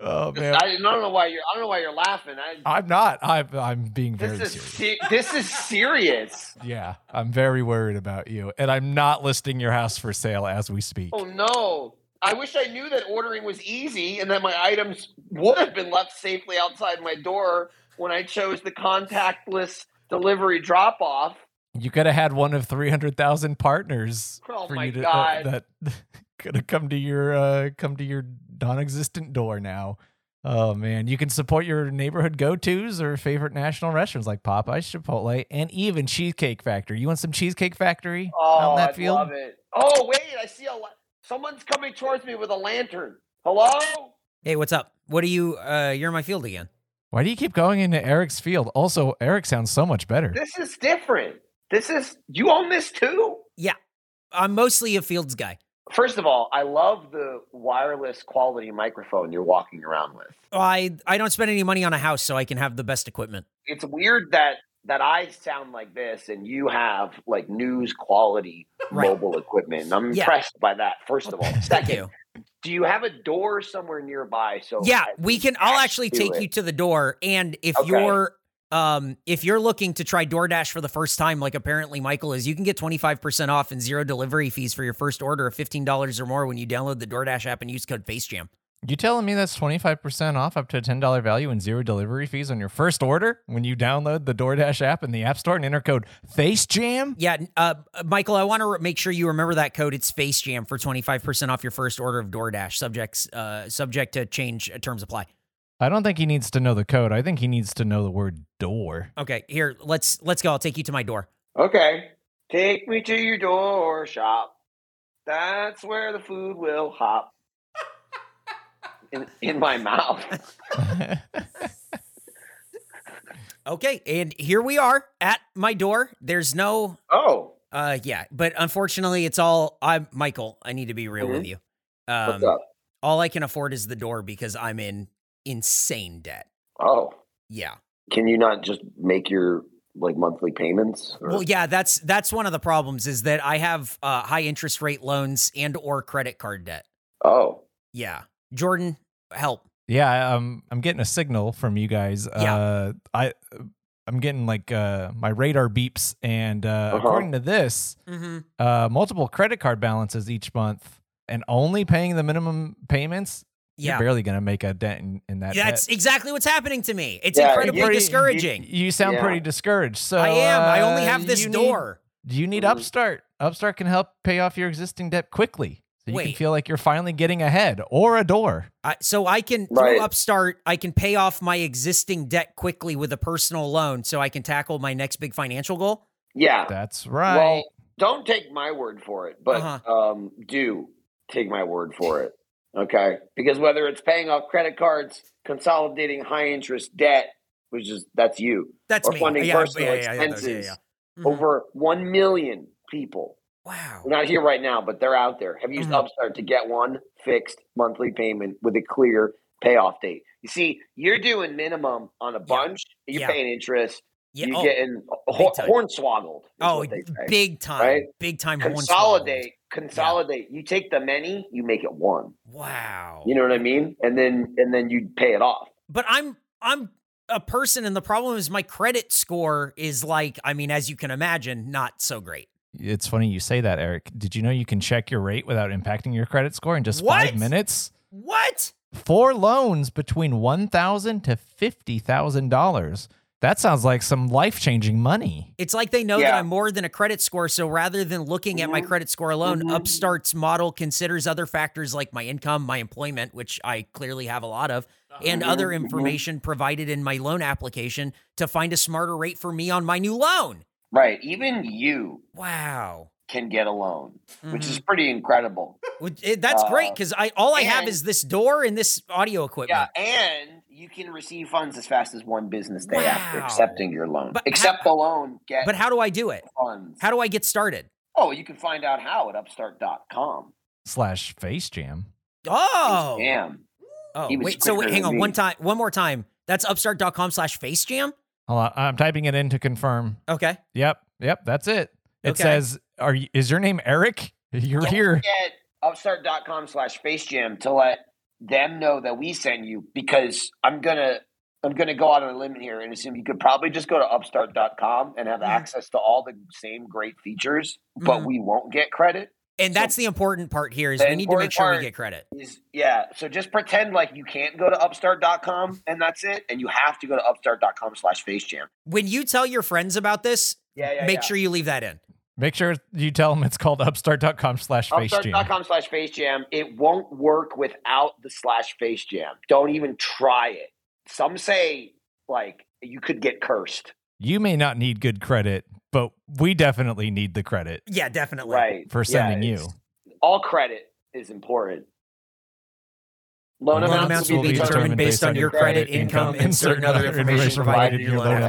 Oh man, I don't know why you're. I don't know why you're laughing. I, I'm not. I'm I'm being very this is serious. se- this is serious. yeah, I'm very worried about you, and I'm not listing your house for sale as we speak. Oh no! I wish I knew that ordering was easy and that my items would have been left safely outside my door when I chose the contactless delivery drop off. You could have had one of three hundred thousand partners Oh for my you to God. Uh, that could have come to your uh, come to your non-existent door now. Oh man, you can support your neighborhood go-tos or favorite national restaurants like Popeyes, Chipotle, and even Cheesecake Factory. You want some Cheesecake Factory out Oh, in that I field? love it. Oh wait, I see a. La- Someone's coming towards me with a lantern. Hello? Hey, what's up? What are you? Uh, you're in my field again. Why do you keep going into Eric's field? Also, Eric sounds so much better. This is different. This is you own this too. I'm mostly a fields guy. First of all, I love the wireless quality microphone you're walking around with. I I don't spend any money on a house, so I can have the best equipment. It's weird that that I sound like this and you have like news quality Right. mobile equipment. And I'm Yeah. impressed by that. First of all, Thank second, you. do you have a door somewhere nearby? So Yeah, I we can. can I'll actually do take it? you to the door, and if Okay. you're um if you're looking to try DoorDash for the first time, like apparently Michael is, you can get 25% off and zero delivery fees for your first order of $15 or more when you download the DoorDash app and use code FaceJam. You telling me that's 25% off up to a $10 value and zero delivery fees on your first order when you download the DoorDash app in the App Store and enter code FaceJam? Yeah, uh, Michael, I want to re- make sure you remember that code. It's FaceJam for 25% off your first order of DoorDash. Subjects uh subject to change uh, terms apply. I don't think he needs to know the code. I think he needs to know the word door. Okay, here, let's let's go. I'll take you to my door. Okay. Take me to your door shop. That's where the food will hop. in, in my mouth. Okay, and here we are at my door. There's no Oh, Uh, yeah, but unfortunately, it's all I'm Michael. I need to be real with you. Um, Mm-hmm. what's up? All I can afford is the door because I'm in insane debt. Oh. Yeah. Can you not just make your like monthly payments? or- Well, yeah, that's that's one of the problems is that I have uh, high interest rate loans and or credit card debt. Oh, Yeah, Jordan, help. yeah, um, I'm getting a signal from you guys. Yeah. Uh, I, I'm getting like uh, my radar beeps. And uh, Uh-huh. according to this, Mm-hmm. uh, multiple credit card balances each month and only paying the minimum payments, Yeah, you're barely going to make a dent in, in that. debt. that's exactly what's happening to me. It's Yeah, incredibly you're pretty- discouraging. You, you sound Yeah. pretty discouraged. So I am. I only uh, have this you need- door. you need Mhm. Upstart. Upstart can help pay off your existing debt quickly, so So you can Wait. feel like you're finally getting ahead or a door. I, so I can Right. through Upstart, I can pay off my existing debt quickly with a personal loan, so I can tackle my next big financial goal. Yeah. That's right. Well, don't take my word for it, but Uh-huh. um, do take my word for it. Okay. Because whether it's paying off credit cards, consolidating high interest debt, which is that's you, That's or me. funding Yeah, personal yeah, yeah, yeah, yeah, expenses yeah, yeah. Mhm. over 1 million people. Wow. We're not here right now, but they're out there. Have used Mhm. Upstart to get one fixed monthly payment with a clear payoff date. You see, you're doing minimum on a bunch, you're Yeah. paying interest, Yeah. you're oh, getting hor- time. hornswoggled. is oh, what they say. big time, right? big time. hornswoggled. consolidate, consolidate. You take the many, you make it one. Wow. You know what I mean? And then and then you pay it off. but I'm I'm a person, and the problem is my credit score is like, I mean, as you can imagine, not so great. It's funny you say that, Eric. Did you know you can check your rate without impacting your credit score in just What? five minutes? What? for loans between one thousand to fifty thousand dollars. That sounds like some life changing money. It's like they know that Yeah. I'm more than a credit score. So rather than looking at my Mhm. credit score alone, Mhm. Upstart's model considers other factors like my income, my employment, which I clearly have a lot of, and other Mhm, mhm. information provided in my loan application to find a smarter rate for me on my new loan. Right. Even you Wow. can get a loan, which Mhm. is pretty incredible. Well, it- that's great Uh, because I all I have and- is this door and this audio equipment. Yeah. And you can receive funds as fast as one business day after Wow. accepting your loan. But Accept the loan, get But how do I do it? funds. How do I get started? oh, you can find out how at upstart.com. Slash face jam. Oh, Damn. oh, He was wait. So quicker wait, hang than on me. one time, one more time. That's upstart.com slash face jam. Hold on, I'm typing it in to confirm. Okay. Yep, yep, that's it. It Okay. says, "Are you, is your name Eric? You're Don't here." forget upstart.com slash space jam to let them know that we send you because I'm gonna I'm gonna go out on a limb here and assume you could probably just go to upstart.com and have Mhm. access to all the same great features, but Mhm. we won't get credit. And So- that's the important part here is The we need to make important sure part- we get credit. Is yeah. So just pretend like you can't go to upstart.com and that's it, and you have to go to upstart.com slash space jam. When you tell your friends about this, Yeah, yeah. make yeah. sure you leave that in. Make sure you tell them it's called upstart.com slash face jam. Upstart.com slash face jam. It won't work without the slash face jam. Don't even try it. Some say like you could get cursed. You may not need good credit, but we definitely need the credit Yeah, definitely. Right. for Yeah, sending you. it's- All credit is important. Loan, amounts, will be determined based on your credit, income, and certain other information provided in your loan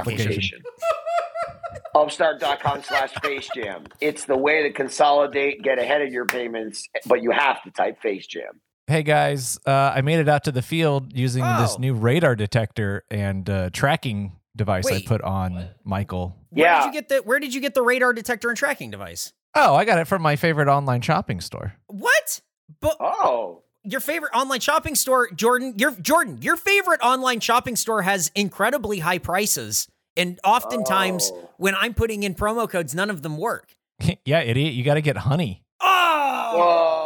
Upstart.com slash face jam. It's the way to consolidate, get ahead of your payments, but you have to type face jam. Hey guys, uh, I made it out to the field using Oh. this new radar detector and uh, tracking device Wait. I put on Michael. Where yeah. did you get the where did you get the radar detector and tracking device? Oh, I got it from my favorite online shopping store. What? But Oh, your favorite online shopping store, Jordan, your Jordan, your favorite online shopping store has incredibly high prices. And oftentimes Oh. when I'm putting in promo codes, none of them work. Oh, yeah, idiot, you got to get honey. whoa.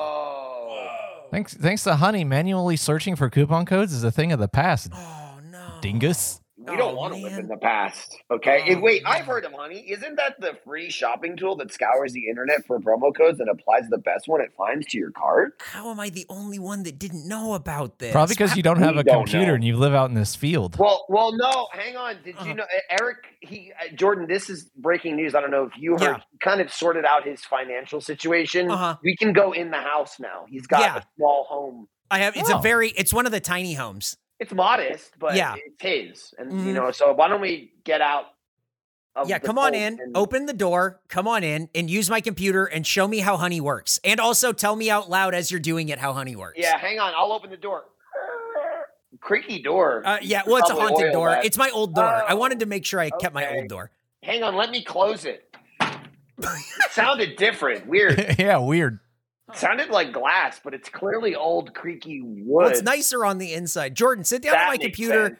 Thanks, thanks to honey, manually searching for coupon codes is a thing of the past. Oh no. Dingus. We don't Oh, want to live man. in the past. Okay. Oh, If- wait, man. I've heard of Honey. Isn't that the free shopping tool that scours the internet for promo codes and applies the best one it finds to your card? How am I the only one that didn't know about this? Probably because you don't We have a don't computer know. and you live out in this field. Well, well, no. Hang on. Did Uh-huh. you know E, Eric? He uh, Jordan. This is breaking news. I don't know if you heard. Yeah. he Kind of sorted out his financial situation. Uh-huh. We can go in the house now. He's got Yeah. a small home. I have it's a Oh. very it's one of the tiny homes. It's modest, but Yeah. it's his. And Mhm. you know, so why don't we get out? Of yeah, the come on cold in, and- open the door, come on in, and use my computer and show me how honey works. And also tell me out loud as you're doing it how honey works. Yeah, hang on. I'll open the door. Creaky door. Uh, yeah, well, it's a Probably haunted oil door. that. It's my old door. I Oh, wanted to make sure I kept my okay. old door. hang on. Let me close it. It sounded different. Weird. yeah, weird. It sounded like glass, but it's clearly old creaky wood. Well, it's nicer on the inside. Jordan, sit down That on my makes computer. sense.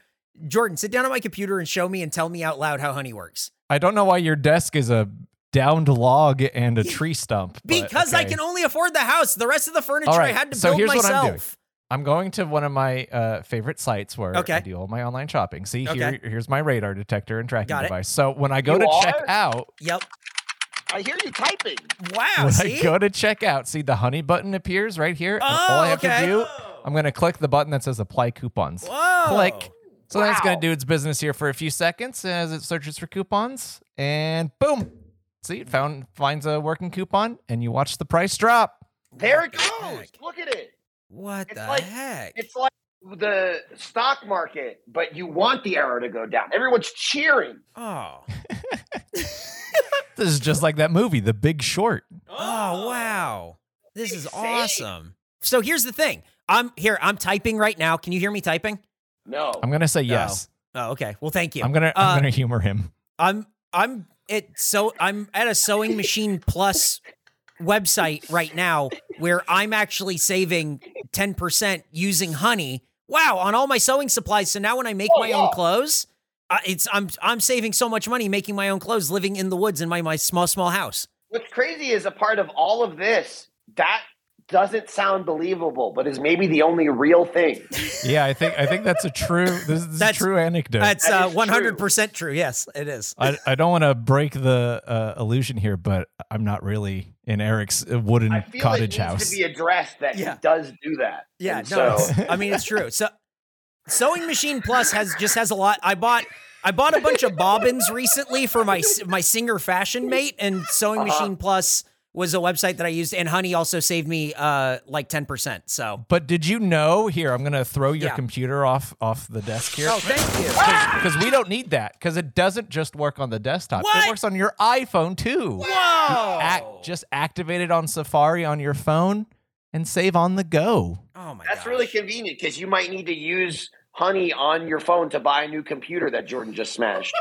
Jordan, sit down on my computer and show me and tell me out loud how honey works. I don't know why your desk is a downed log and a tree stump. but Because I okay. can only afford the house. The rest of the furniture I right, had to so build here's what I'm doing. myself. I'm going to one of my uh, favorite sites where Okay. I do all my online shopping. See, Okay. here, here's my radar detector and tracking Got it. device. So when I go You to are? check out, Yep. I hear you typing. Wow. When See? I go to checkout, see the honey button appears right here. and all I have Oh, okay. to do, I'm going to click the button that says apply coupons. Whoa. Click. So then it's going Wow. to do its business here for a few seconds as it searches for coupons. And boom. See, it found, finds a working coupon and you watch the price drop. There it Oh, goes. Look at it. What It's the like- heck? It's like the stock market, but you want the arrow to go down. Everyone's cheering. Oh. This is just like that movie, The Big Short. Oh wow. This is Insane. awesome. So here's the thing. I'm here. I'm typing right now. Can you hear me typing? No. I'm going to say yes. Oh, okay. Well, thank you. I'm going to Uh, I'm going to humor him. I'm I'm it so I'm at a sewing machine plus website right now where I'm actually saving 10% using honey. Wow, on all my sewing supplies. So now when I make Oh, my wow. own clothes, uh, it's I'm I'm saving so much money making my own clothes living in the woods in my my small small house. What's crazy is a part of all of this that doesn't sound believable, but is maybe the only real thing. Yeah, I think I think that's a true this, this is a That's- true anecdote. That's That uh, is true. 100% true. Yes, it is. I, I don't want to break the uh, illusion here, but I'm not really in Eric's uh, wooden I feel it cottage needs house. to be addressed that Yeah. he does do that. Yeah, And no, so- it's- I mean it's true. So, sewing machine plus has just has a lot. I bought I bought a bunch of bobbins recently for my my singer fashion mate, and sewing Uh-huh. machine plus was a website that I used, and Honey also saved me uh like ten percent. So, But did you know? Here, I'm gonna throw your Yeah. computer off off the desk here oh, thank you. because we don't need that because it doesn't just work on the desktop. What? It works on your iPhone too. Whoa! Act, just activate it on Safari on your phone and save on the go. oh my, That's gosh. really convenient because you might need to use honey on your phone to buy a new computer that Jordan just smashed.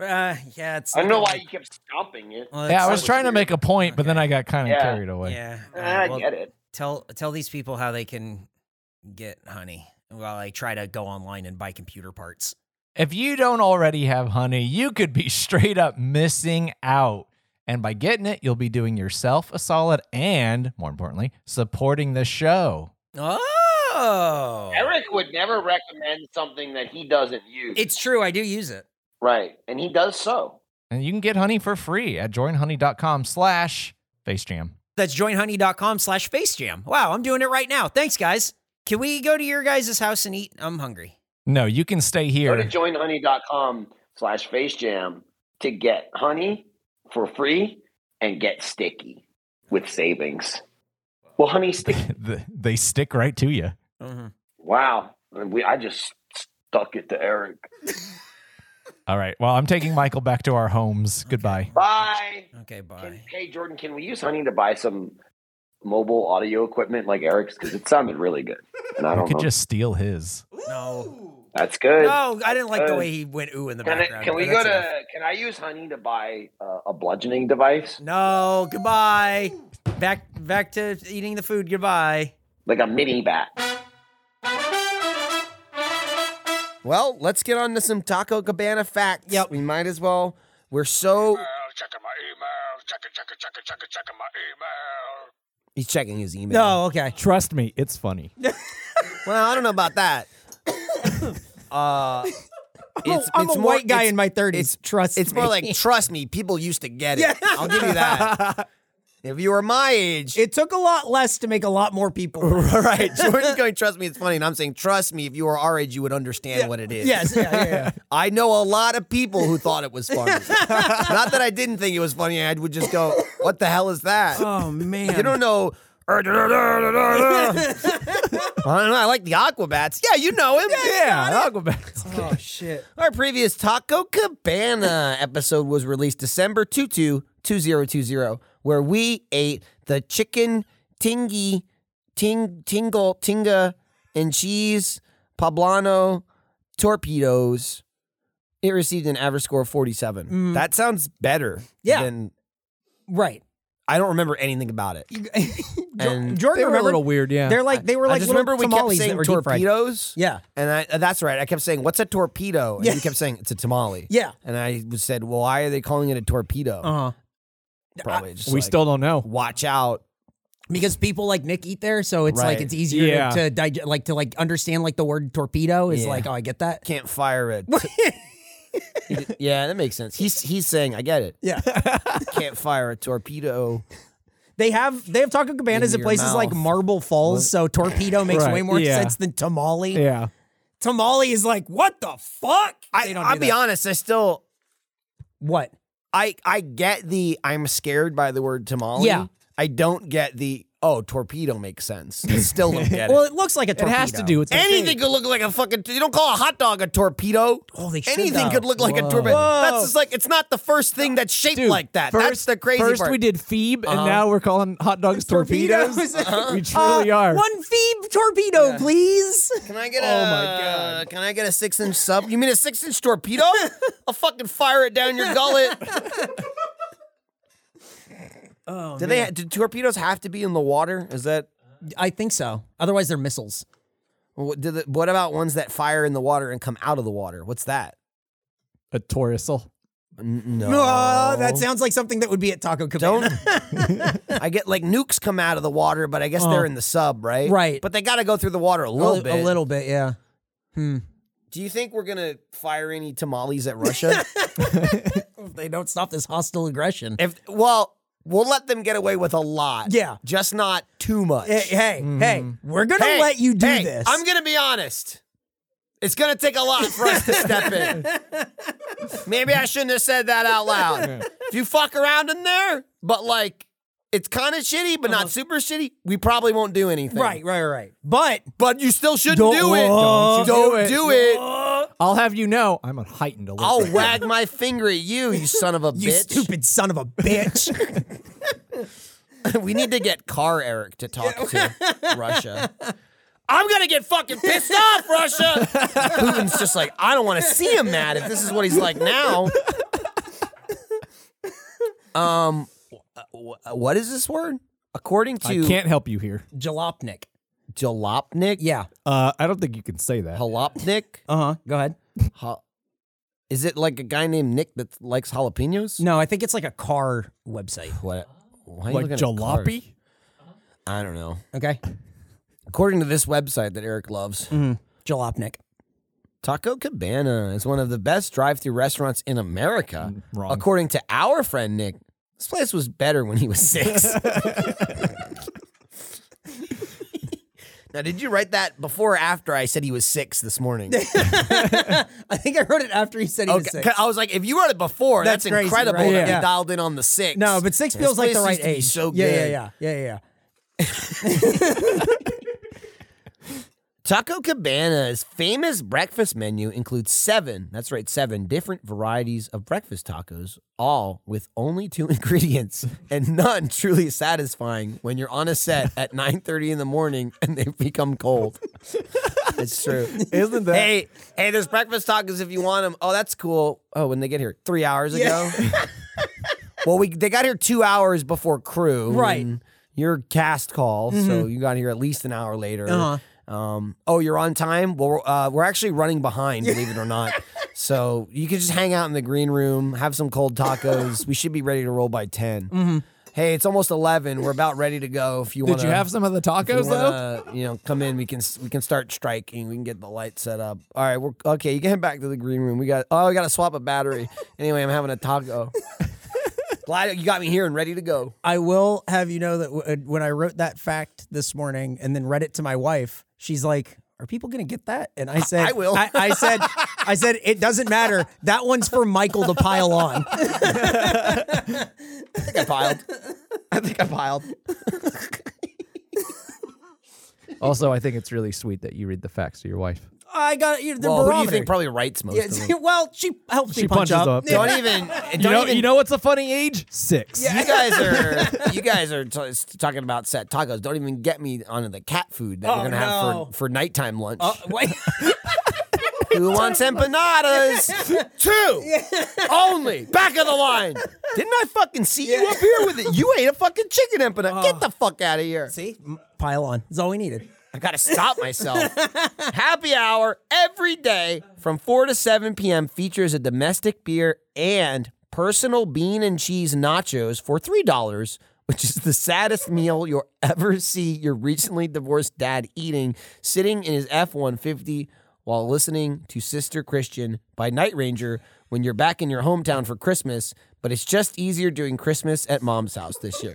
Uh, yeah, it's. I don't know why you kept stomping it. Well, yeah, I it's- was trying to make a point, but then I got kind of Yeah. carried away. Yeah, Ah, uh, well, I get it. Tell tell these people how they can get Honey while I try to go online and buy computer parts. If you don't already have honey, you could be straight up missing out. And by getting it, you'll be doing yourself a solid and, more importantly, supporting the show. Oh, Eric would never recommend something that he doesn't use. It's true. I do use it. right, and he does so. And you can get honey for free at joinhoney.com slash facejam. That's joinhoney.com slash facejam. Wow, I'm doing it right now. Thanks, guys. Can we go to your guys' house and eat? I'm hungry. No, you can stay Go to here. joinhoney.com slash facejam to get honey for free and get sticky with savings. Well, honey, sticky. Th- they stick right to you. Mm-hmm. wow. And we, I just stuck it to Eric. All right. Well, I'm taking Michael back to our homes. Goodbye. Bye. Okay, Can, bye. hey, Jordan, can we use honey to buy some mobile audio equipment like Eric's? Because it sounded really good. And I You don't could know. just steal his. No. That's good. No, I didn't like the way he went ooh in the Uh, Can, I, background. can we but go that's to? enough. Can I use honey to buy uh, a bludgeoning device, No, goodbye. Back back to eating the food. Goodbye. like a mini bat? Well, let's get on to some Taco Cabana facts. Yep. We might as well. We're so. He's checking his email. No, okay. Trust me, it's funny. Well, I don't know about that. uh, it's, I'm it's a more- white guy it's- in my 30s. it's- Trust It's more me. like, trust me, people used to get it. I'll give you that. If you were my age, It took a lot less to make a lot more people. right. Jordan's going, trust me, it's funny. And I'm saying, trust me, if you were our age, you would understand what it is. Yes. Yeah, yeah, yeah. I know a lot of people who thought it was funny. Not that I didn't think it was funny. I would just go, what the hell is that? oh, man. You don't know. I don't know. I like the Aquabats. Yeah, you know him. Yeah, Aquabats. oh, shit. Our previous Taco Cabana episode was released December 22, 2020, where we ate the chicken tingy, ting, tingle, tinga, and cheese poblano torpedoes. It received an average score of 47. That sounds better Mm. Yeah. than Right. I don't remember anything about it. And Jordan They were a remembered- little weird, yeah. They're like they were I like just little remember we kept tamales that saying were deep fried. torpedoes. Yeah. And I, uh, that's right. I kept saying, "What's a torpedo?" And Yeah. you kept saying, "It's a tamale." Yeah. And I was- said, "Well, why are they calling it a torpedo?" Uh huh. Probably just we like, still don't know. watch out. Because people like Nick eat there, so it's like Right. it's easier Yeah. to, to digest, like to like understand like the word torpedo is Yeah. like oh I get that. Can't fire it. yeah, that makes sense. He's he's saying, I get it. Yeah. Can't fire a torpedo. They have they have taco cabanas In at your places like mouth. Marble Falls, so torpedo makes Right, way more yeah. sense than tamale. Yeah. Tamale is like, what the fuck? I, I'll be honest. I still What? I I get the I'm scared by the word tamale. Yeah. I don't get the oh torpedo makes sense. I still don't get Well, it. it looks like a It torpedo. has to do with the Anything could look like a fucking. You don't call a hot dog a torpedo. Oh, they should, Anything though. could look like a Whoa. torpedo. That's Whoa. just like it's not the first thing that's shaped Dude, like that. that's first- the crazy First part. we did Phoebe, Uh-huh. and now we're calling hot dogs torpedoes. Uh-huh. We truly Uh, are. One Phoebe torpedo, please. Can I get a? Oh my God. Can I get a six inch sub? You mean a six inch torpedo? I'll fucking fire it down your gullet. Oh, Do they? Do torpedoes have to be in the water? Is that? I think so. Otherwise, they're missiles. What, do the, what about ones that fire in the water and come out of the water? What's that? A torusel. N- no, Oh, that sounds like something that would be at Taco Cabana. don't. I get like nukes come out of the water, but I guess they're in the sub, right? Right. But they got to go through the water a little bit. A little bit, yeah. Do you think we're gonna fire any tamales at Russia? They don't stop this hostile aggression. if well, we'll let them get away with a lot. Yeah. Eh, just not too much. Hey, hey, Mm-hmm. hey, we're gonna Hey, let you do hey, this. I'm gonna be honest. It's gonna take a lot for us to step in. Maybe I shouldn't have said that out loud. If you fuck around in there, but like it's kind of shitty, but not super shitty, we probably won't do anything. Uh-huh. right, right, right. But But you still shouldn't Don't- do it. Don't you Don't do it. do it. I'll have you know, I'm on heightened alert. I'll wag my finger at you, you son of a you bitch. stupid son of a bitch. we need to get Car Eric to talk to Russia. I'm gonna get fucking pissed off, Russia. Putin's just like, I don't want to see him mad if this is what he's like now. Um, wh- wh- what is this word? According I to can't help you here. Jalopnik. Jalopnik, Yeah. Uh, I don't think you can say that. Jalopnik. Uh huh. Go ahead. Ha- is it like a guy named Nick that likes jalapenos? No, I think it's like a car website. What? Why are you Like looking at cars? jalopy? I don't know. Okay. According to this website that Eric loves, Jalopnik. Taco Cabana is one of the best drive-through restaurants in America, Mm, wrong. according to our friend Nick. This place was better when he was six. now, did you write that before or after I said he was six this morning? I think I wrote it after he said he was Okay, sick. 'cause I was like, if you wrote it before, that's, That's crazy, incredible. right? That Yeah. you dialed in on the six. No, but six This feels like the place right used to be age. so yeah, yeah, good. yeah, yeah, yeah, yeah. Taco Cabana's famous breakfast menu includes seven, that's right, seven different varieties of breakfast tacos, all with only two ingredients and none truly satisfying when you're on a set at 9.30 in the morning and they've become cold. It's true. Isn't that? Hey, hey, there's breakfast tacos if you want them. Oh, that's cool. Oh, when they get here, three hours ago. well, we they got here two hours before crew. Right. and Your cast call, Mm-hmm. so you got here at least an hour later. Uh-huh. Um, oh, you're on time. Well, we're, uh, we're actually running behind, believe it or not. So you can just hang out in the green room, have some cold tacos. we should be ready to roll by 10 Hey, it's almost eleven. We're about ready to go. If you want, Mm-hmm. Did you have some of the tacos you though? wanna, you know, come in. We can we can start striking. We can get the light set up. All right, we're okay. You can head back to the green room. We got oh, we got to swap a battery. Anyway, I'm having a taco. Glad you got me here and ready to go. I will have you know that w- uh, when I wrote that fact this morning and then read it to my wife, she's like, "Are people going to get that?" And I said, I will. I, I said, "I said it doesn't matter. That one's for Michael to pile on." I think I piled. I think I piled. Also, I think it's really sweet that you read the facts to your wife. I got you. know, The Well, who do you barometer. think probably writes most Yeah, of see, them? well, she helps She me punch punches up. Yeah. Don't even. Don't You know, even. you know what's a funny age? Six. you guys are you guys are t- s- talking about set tacos. Don't even get me onto the cat food that we're Oh, gonna no. Uh, have for, for nighttime lunch. Oh, Wait, Who wants empanadas? Two only. Back of the line. Didn't I fucking see you up here with it? You ate a fucking chicken empanada. Get the fuck out of here. see, M- pile on is all we needed. I gotta stop myself. Happy hour every day from 4 to 7 p.m. features a domestic beer and personal bean and cheese nachos for $3, which is the saddest meal you'll ever see your recently divorced dad eating, sitting in his F 150 while listening to Sister Christian by Night Ranger, when you're back in your hometown for Christmas, but it's just easier doing Christmas at mom's house this year.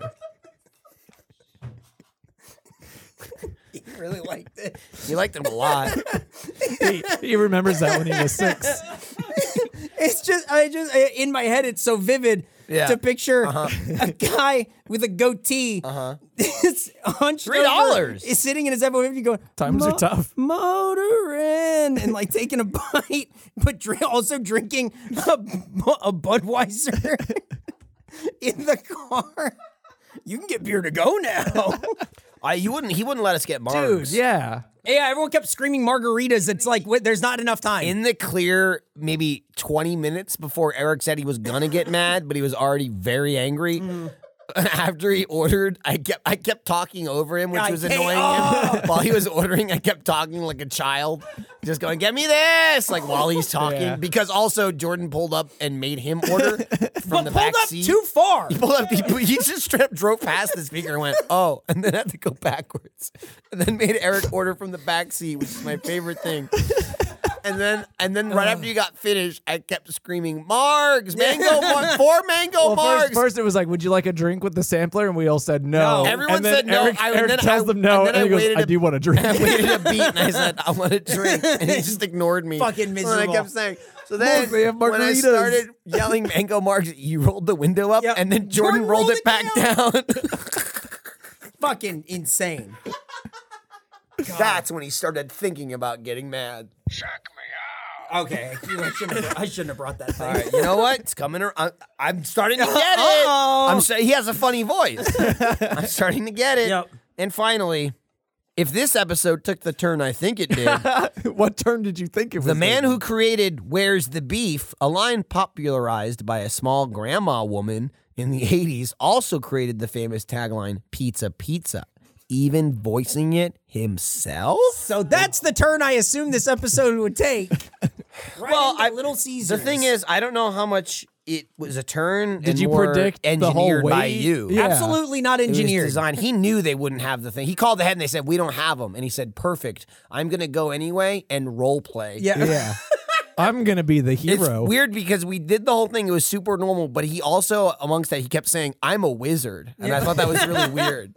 really like this. You liked them a lot. He, he remembers that when he was six. It's just I just I- in my head it's so vivid Yeah. to picture a guy with a goatee. Uh-huh. It's hunched Three over, dollars. Is sitting in his F-150 going Times are "Mo- tough." Motorin and like taking a bite but drink, also drinking a, Bu- a Budweiser in the car. You can get beer to go now. I, you wouldn't. He wouldn't let us get Mars. Yeah. yeah, everyone kept screaming margaritas. It's like wait, there's not enough time. In the clear, maybe 20 minutes before Eric said he was gonna get mad, but he was already very angry. Mm. After he ordered, I kept I kept talking over him, which I was can't- annoying oh." him. While he was ordering, I kept talking like a child, just going, "Get me this!" Like while he's talking, Yeah. because also Jordan pulled up and made him order from the pulled back up seat. too far. He pulled up. He, he just straight up drove past the speaker and went, "Oh," and then had to go backwards, and then made Eric order from the back seat, which is my favorite thing. And then, and then, right after you got finished, I kept screaming, "Margs, mango, mar- four mango Well, margs." first, first it was like, "Would you like a drink with the sampler?" And we all said no. No. And Everyone then said no. Eric, I- and Eric then tells I- them no, and then and, I he goes, waited "I a- do want a drink." I waited a beat and I said, I want a drink. And he just ignored me. Fucking And then miserable. I kept saying, so then Look, they have when I margaritas. started yelling mango margs, you rolled the window up Yep. and then Jordan, Jordan rolled rolled it back down. fucking insane. That's when he started thinking about getting mad. Okay, I shouldn't have, I shouldn't have brought that thing. All right, you know what? It's coming around. I'm starting to get it. Oh. Uh-oh. I'm sa- he has a funny voice. I'm starting to get it. Yep. And finally, if this episode took the turn I think it did, what term did you think it was? The man David? who created Where's the Beef, a line popularized by a small grandma woman in the 80s, also created the famous tagline Pizza Pizza, even voicing it himself? So that's the turn I assume this episode would take. right Well, into I- Little Caesars. The thing is, I don't know how much it was a turn. Did and you more predict the whole engineered by weight? you? Yeah. absolutely not It was engineered. designed. He knew they wouldn't have the thing. He called ahead and they said, "We don't have them." And he said, "Perfect. I'm gonna go anyway and role play." Yeah. Yeah. I'm gonna be the It's hero. weird because we did the whole thing. It was super normal, but he also, amongst that, he kept saying, I'm a wizard. And I thought that was really weird.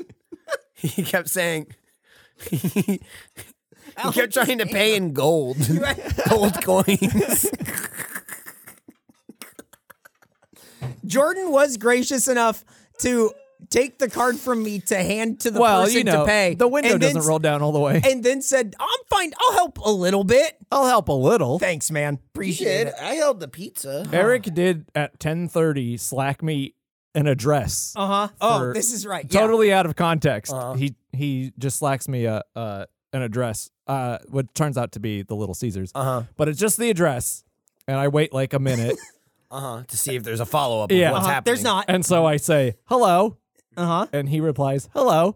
He kept saying, he kept trying to pay in gold, gold coins. Jordan was gracious enough to take the card from me to hand to the Well, person you know, to pay. the window and then doesn't s- roll down all the way. And then said, "I'm fine. I'll help a little bit. I'll help a little. Thanks, man. Appreciate it." I held the pizza. Eric did at 10:30 slack me an address. Uh huh. Oh, For- this is right. Yeah. Totally out of context. Uh-huh. He he just slacks me a uh, an address, uh, what turns out to be the Little Caesars. Uh-huh. But it's just the address, and I wait like a minute, Uh huh. To see if there's a follow up Yeah. of what's Uh-huh. happening. There's not. and so I say hello, Uh Uh-huh. huh. and he replies hello,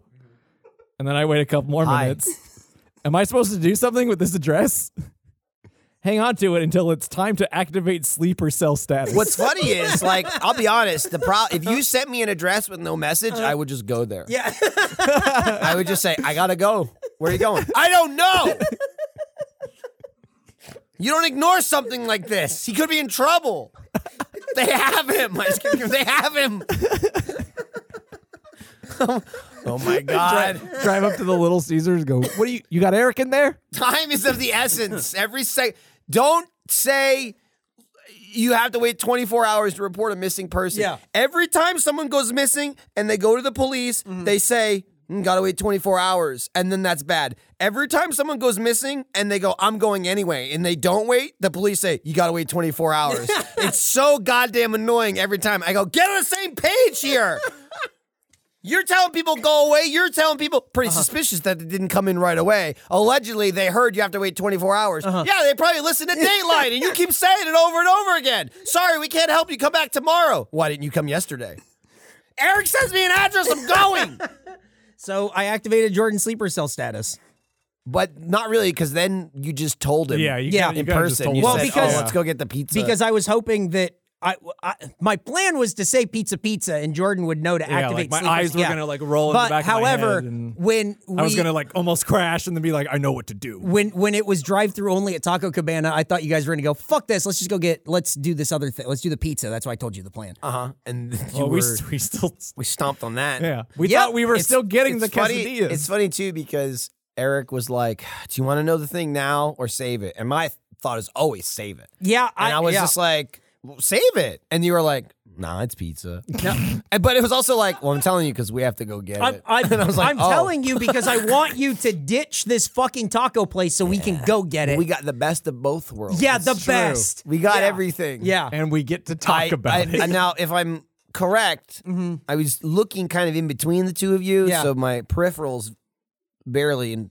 and then I wait a couple more Hi. minutes. Am I supposed to do something with this address? Hang on to it until it's time to activate sleeper cell status. What's funny is, like, I'll be honest. The pro- if you sent me an address with no message, I would just go there. Yeah. I would just say, I gotta go. Where are you going? I don't know. You don't ignore something like this. He could be in trouble. They have him. I just keep hearing, they have him. oh my God. drive up to the Little Caesars? Go. What do you? You got Eric in there? Time is of the essence. Every second. Don't say you have to wait 24 hours to report a missing person. Yeah. Every time someone goes missing and they go to the police, they say, "Mm, gotta wait 24 hours. And then that's bad. Every time someone goes missing and they go, I'm going anyway, and they don't wait, the police say, you gotta wait 24 hours. it's so goddamn annoying every time. I go, get on the same page here. You're telling people go away. You're telling people pretty Uh-huh. suspicious that they didn't come in right away. Allegedly, they heard you have to wait 24 hours. Uh-huh. Yeah, they probably listened to Dateline, and you keep saying it over and over again. Sorry, we can't help you. Come back tomorrow. Why didn't you come yesterday? Eric sends me an address. I'm going. so I activated Jordan's sleeper cell status. but not really, because then you just told him. Yeah, you Yeah, kinda- you in kinda just person. told You him. said, Well, because- oh, let's go get the pizza. because I was hoping that I, I- my plan was to say pizza pizza, and Jordan would know to Yeah, activate. like my sleep- eyes were yeah. gonna like roll in But the back however, of my head. and when we, I was gonna like almost crash and then be like, I know what to do. when when it was drive through only at Taco Cabana, I thought you guys were gonna go fuck this. Let's just go get. Let's do this other thing. Let's do the pizza. That's why I told you the plan. Uh Uh-huh. huh. And you Well, were, we, st- we still we stomped on that. yeah. We Yep. thought we were It's- still getting the it's funny, quesadillas. It's funny too because Eric was like, "Do you want to know the thing now or save it?" And my thought is always save it. Yeah, And I, was yeah. just like, well, "Save it," and you were like, "Nah, it's pizza." And- but it was also like, "Well, I'm telling you because we have to go get I'm, it." I'm, and I was like, I'm "Oh, telling you because I want you to ditch this fucking taco place so we can go get it. we got the best of both worlds." yeah, It's the true. best. We got Yeah. everything. Yeah. and we get to talk I- about I- it. and now, if I'm correct, I was looking kind of in between the two of you, Mm-hmm. Yeah. so my peripherals barely in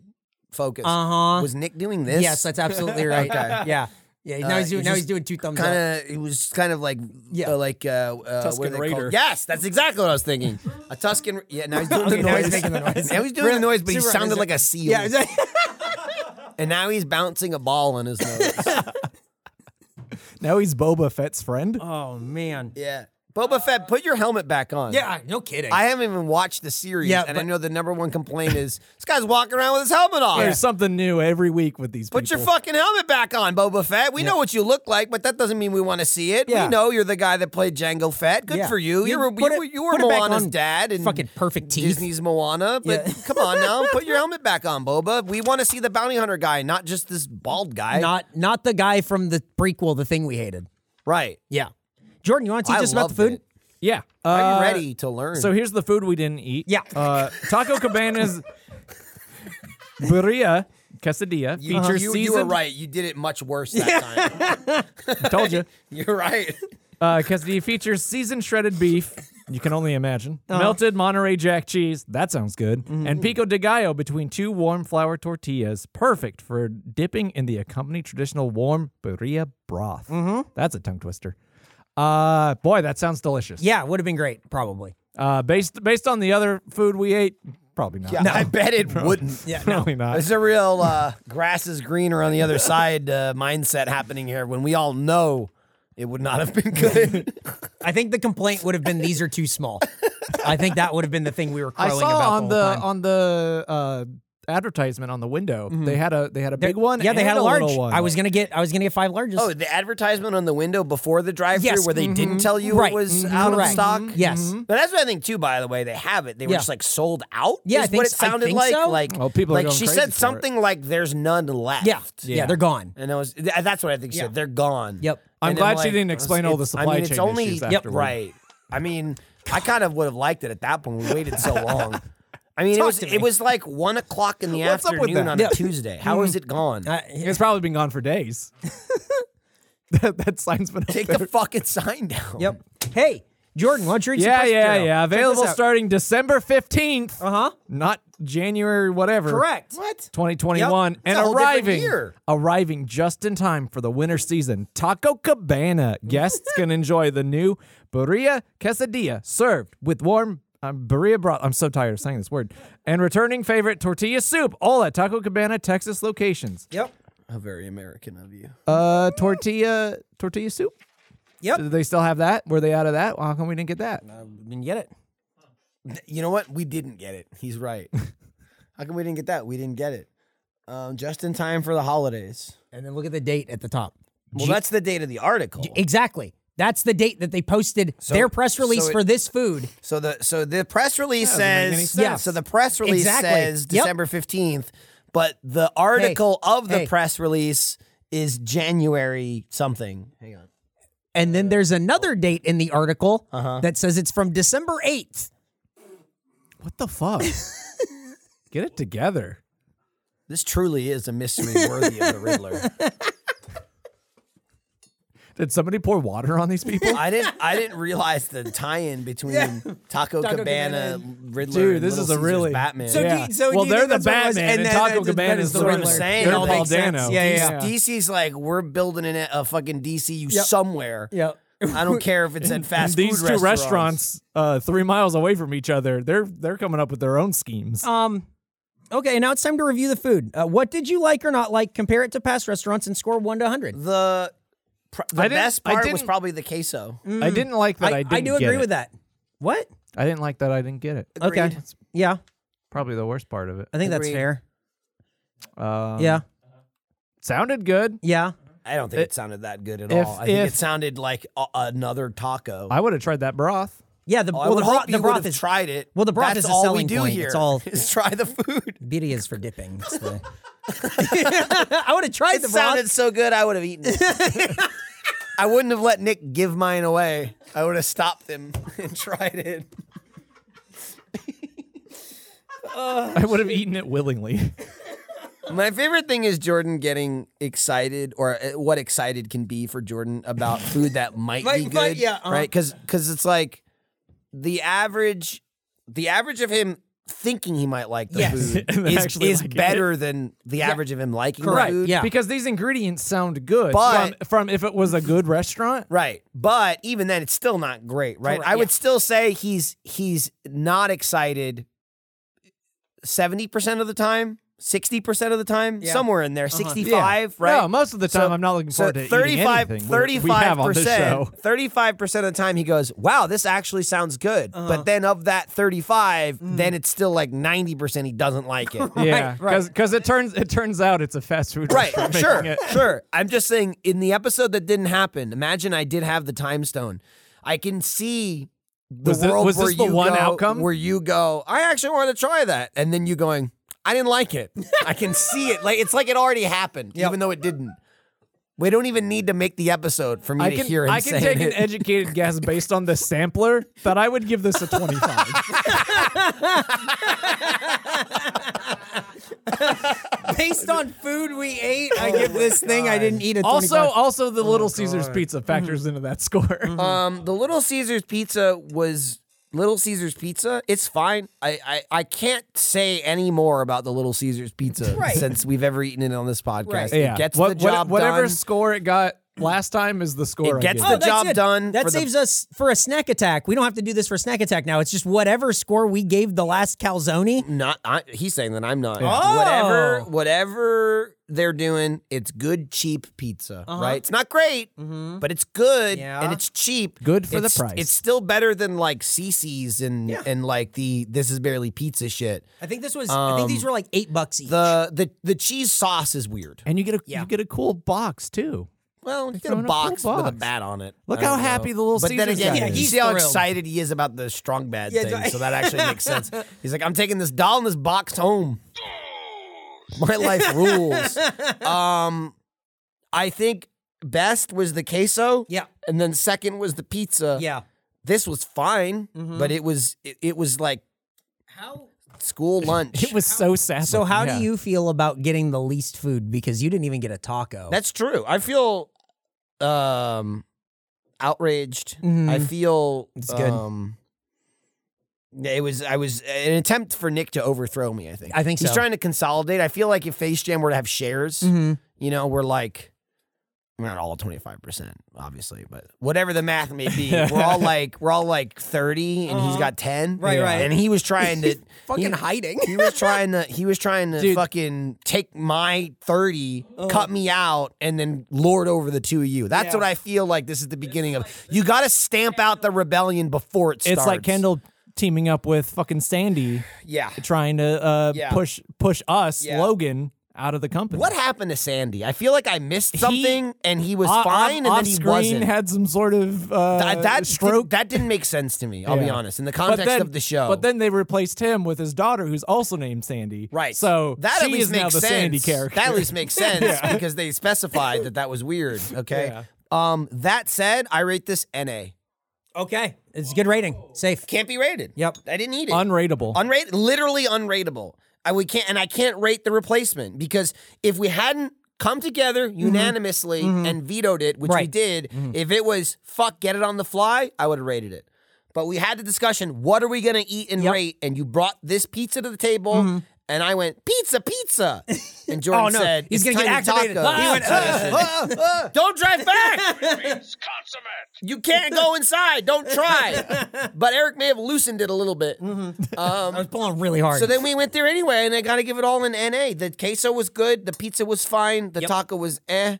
focus. Uh-huh. Was Nick doing this? Yes, that's absolutely right. Okay. Yeah. Yeah. Now Uh, he's doing you now he's just doing two thumbs Kind up. of, it was kind of like, Yeah. yeah, like uh, uh, what are Tuscan they Raider. Called? Yes, that's exactly what I was thinking. A Tuscan. Yeah, now he's doing Okay, the now noise. he's making the noise. Now he's doing the noise, but he Super sounded amazing. like a seal. Yeah. exactly. and now he's bouncing a ball on his nose. now he's Boba Fett's friend. oh man. yeah, Boba Fett, put your helmet back on. Yeah. No kidding. I haven't even watched the series, Yeah, and I but- know the number one complaint is this guy's walking around with his helmet on. There's something new every week with these Put people. your fucking helmet back on, Boba Fett. We know what you look like, but that doesn't mean we want to see it. Yeah. We know you're the guy that played Django Fett. Good Yeah. for you. You You, were put you it- were, you were put it back Moana's on. dad and Fucking perfect teeth. Disney's Moana. But Yeah. come on now, put your helmet back on, Boba. We want to see the bounty hunter guy, not just this bald guy. not not the guy from the prequel, the thing we hated. right. Yeah. Jordan, you want to teach I us about the loved food? it. yeah. Are Uh, you ready to learn? So here's the food we didn't eat. Yeah. Uh, Taco Cabana's burrilla quesadilla you, features you, you seasoned. were right. You did it much worse that time. Told you. You're right. Uh, quesadilla features seasoned shredded beef. You can only imagine. Melted Monterey Jack cheese. That sounds good. And pico de gallo between two warm flour tortillas. Perfect for dipping in the accompanied traditional warm burrilla broth. That's a tongue twister. Uh, boy, that sounds delicious. Yeah, would have been great, probably. Uh, based based on the other food we ate, probably not. I bet it wouldn't. Yeah. probably not. There's a real uh, grass is greener on the other side uh, mindset happening here when we all know it would not have been good. I think the complaint would have been these are too small. I think that would have been the thing we were I crowing about saw on the, the whole time. on the uh, advertisement on the window they had a they had a big one. Yeah, they and had a large. little one. I was gonna get. I was gonna get five larges. oh, the advertisement on the window before the drive through Yes, mm-hmm. where they didn't tell you Right. it was Mhm. out Correct. of stock. Mm-hmm. Yes. But that's what I think too, by the way. They have it. They were Yeah. just like sold out. Yeah, I is think what it s- I sounded think like. so. Like, Oh, people are like going she crazy for said it. something like there's none left. Yeah. yeah, they're gone. And I was th- that's what I think she Yeah. said. They're gone. Yep. I'm And glad I'm she didn't it's- explain all the it's- I supply mean, it's chain only, issues yep, afterward. Right. I mean, I kind of would have liked it at that point. We waited so long. I mean, it was to me. it was like one o'clock in the What's up with afternoon that? on a Yeah. Tuesday. How Mm-hmm. is it gone? It's probably been gone for days. that, that sign's been up Take there. the fucking sign down. Yep. Hey, Jordan, why don't you read yeah, some yeah, yeah. Available starting December fifteenth. Uh Uh-huh. Not January, whatever. Correct. What? 2021 Yep. and It's a whole different arriving year. arriving just in time for the winter season. Taco Cabana guests can enjoy the new burrilla quesadilla served with warm um, burrilla broth. I'm so tired of saying this word. And returning favorite tortilla soup, all at Taco Cabana Texas locations. Yep. How very American of you. Uh, tortilla tortilla soup. Yep. Do they still have that? Were they out of that? Well, how come we didn't get that? Uh, Didn't get it. You know what? We didn't get it. He's right. How come we didn't get that? We didn't get it. Um, just in time for the holidays. And then look at the date at the top. Well, that's the date of the article. Exactly. That's the date that they posted their press release so it- for this food. So the so the press release doesn't make any says sense. yeah. So the press release Exactly. says Yep. December fifteenth, but the article of the hey. press release is January something. Hang on. And then there's another date in the article Uh-huh. that says it's from December 8th. What the fuck? get it together. This truly is a mystery worthy of the Riddler. Did somebody pour water on these people? I didn't I didn't realize the tie-in between Taco, Cabana, Riddler, Dude, and this Little is a Caesar's really- Batman. So do Yeah. you- so do well, you they're think the that's what it was? Batman, And and, then- Taco then- Cabana then is it's the That's what Riddler. I'm saying. They're It all Paul makes sense. Dano. Yeah, yeah, DC DC's like we're building an, a fucking DCU somewhere. Yep. I don't care if it's at fast These food two restaurants, uh, three miles away from each other, they're they're coming up with their own schemes. Um, okay, now it's time to review the food. Uh, what did you like or not like? Compare it to past restaurants and score 1 to 100. the Pr- the I didn't- best I part was didn't- probably the queso. Mm. I didn't like that. I, didn't I do get agree it. with that. What? I didn't like that. I didn't get it. Okay. Yeah, Probably the worst part of it. I think that's Agreed. fair. Um, yeah, sounded good. yeah. I don't think it, sounded that good at if- all. I think if- it sounded like a- another taco. I would have tried that broth. Yeah, the, Oh, I well, the, would broth, hope the you would broth have is tried it. well, the broth That's is a all selling we do point. here. It's all- is try the food. beauty is for dipping. It's the- I would have tried It the broth. sounded so good, I would have eaten. it. I wouldn't have let Nick give mine away. I would have stopped him and tried it. I would have eaten it willingly. My favorite thing is Jordan getting excited, or uh, what excited can be for Jordan about food that might Might- be good, might- yeah, uh-huh. right? Because it's like the average, the average of him thinking he might like the Yes. food And then is, actually is liking it. better than the average of him liking the food. yeah. Because these ingredients sound good But- from, from if it was a good restaurant. Right. But even then it's still not great, right? Correct, I would yeah. still say he's he's not excited 70% of the time, 60% of the time, Yeah. Uh-huh. somewhere in there, 65, right? No, most of the time I'm not looking forward to eating anything we- we have on this show. 35%, 35% of the time he goes, wow, this actually sounds good. Uh-huh. But then of that 35, Mm. then it's still like 90% he doesn't like it. Yeah, Right, right. because it turns it turns out it's a fast food Right, restaurant sure, making it. sure. I'm just saying, in the episode that didn't happen, imagine I did have the time stone. I can see the Was thi- world was where this the you one go, outcome? where you go, I actually want to try that, and then you going, I didn't like it. I can see it, like it's like it already happened, even though it didn't. We don't even need to make the episode for me I to can hear him I can saying take it. an educated guess based on the sampler that I would give this a 25. Based on food we ate, I give this thing I didn't eat a also 25. also Oh, the Little Caesars pizza Mm-hmm. factors into that score. Um, the Little Caesars pizza was Little Caesars pizza. It's fine. I I, I can't say any more about the Little Caesars pizza Right. since we've ever eaten it on this podcast. Right. yeah. It gets What- the what- job whatever done. score it got last time is the score It I gets the give it. Oh, that's job it. done That for the- saves us for a snack attack. We don't have to do this for a snack attack now. It's just whatever score we gave the last calzone. not I, he's saying that I'm not. Oh. Whatever whatever they're doing, it's good cheap pizza, right? It's not great, Mm-hmm. but it's good Uh-huh. Mm-hmm. Yeah. and it's cheap. Good for the It's- price. It's still better than like CC's and and like the this is barely pizza shit. I think this was. I think these were like eight bucks each. Um, The the the cheese sauce is weird. And you get a Yeah. you get a cool box too. Well, get a throwing a box, full with a box. bat on it. Look I don't how happy the little But then Caesars again, guy Yeah, you he's see how thrilled. excited he is about the strong bad Yeah, thing. it's- so that actually makes sense. He's like, I'm taking this doll and this box home. My life rules. Um, I think best was the queso. Yeah. and then second was the pizza. yeah. Mm-hmm. this was fine, but it was it, it was like How? school lunch. It was so sassy. So how do you feel about getting the least food because you didn't even get a taco? That's true. I feel um outraged. I feel Mm-hmm. It's good. Um, it was I was an attempt for Nick to overthrow me. I think. I think he's so. Mm-hmm. trying to consolidate. I feel like if Face Jam were to have shares, you know, we're like. We're not all twenty five percent, obviously, but whatever the math may be, we're all like we're all like thirty, and he's got ten, Uh-huh. Right, right. And he was trying to fucking he- hiding. he was trying to he was trying to Dude. fucking take my 30, Oh. cut me out, and then lord over the two of you. That's what I feel like this is the beginning of. You gotta stamp out the rebellion before it starts. It's like Kendall teaming up with fucking Sandy Yeah. trying to uh, Yeah. push push us Yeah. Logan out of the company. What happened to Sandy? I feel like I missed something and he was O- off- fine and off then he screen wasn't. had some sort of uh, Th- that, stroke. that didn't make sense to me, I'll be Yeah. honest, in the But context then- of the show. But then they replaced him with his daughter, who's also named Sandy. Right. So that she at least is makes now the sense. Sandy character. That at least makes sense because they specified that that was weird. Okay. Yeah. Um. That said, I rate this NA. Okay, it's a good rating. Safe. Can't be rated. Yep. I didn't need it. Unrateable. Unrated. Literally unrateable. I we can't and I can't rate the replacement because if we hadn't come together unanimously and vetoed it, which we Mm-hmm. Right. Mm-hmm. did, if it was fuck get it on the fly, I would have rated it. But we had the discussion, what are we gonna eat and rate? And you brought this pizza to the table. Mm-hmm. And I went pizza, pizza, and Jordan said, Oh, he's "It's gonna time get to activated." taco." Ah, He went, "Ah, ah, ah, "Don't drive back! You can't go inside. Don't try." But Eric may have loosened it a little bit. I was pulling really hard. So then we went there anyway, and I got to give it all an NA. The queso was good, the pizza was fine, the taco was eh.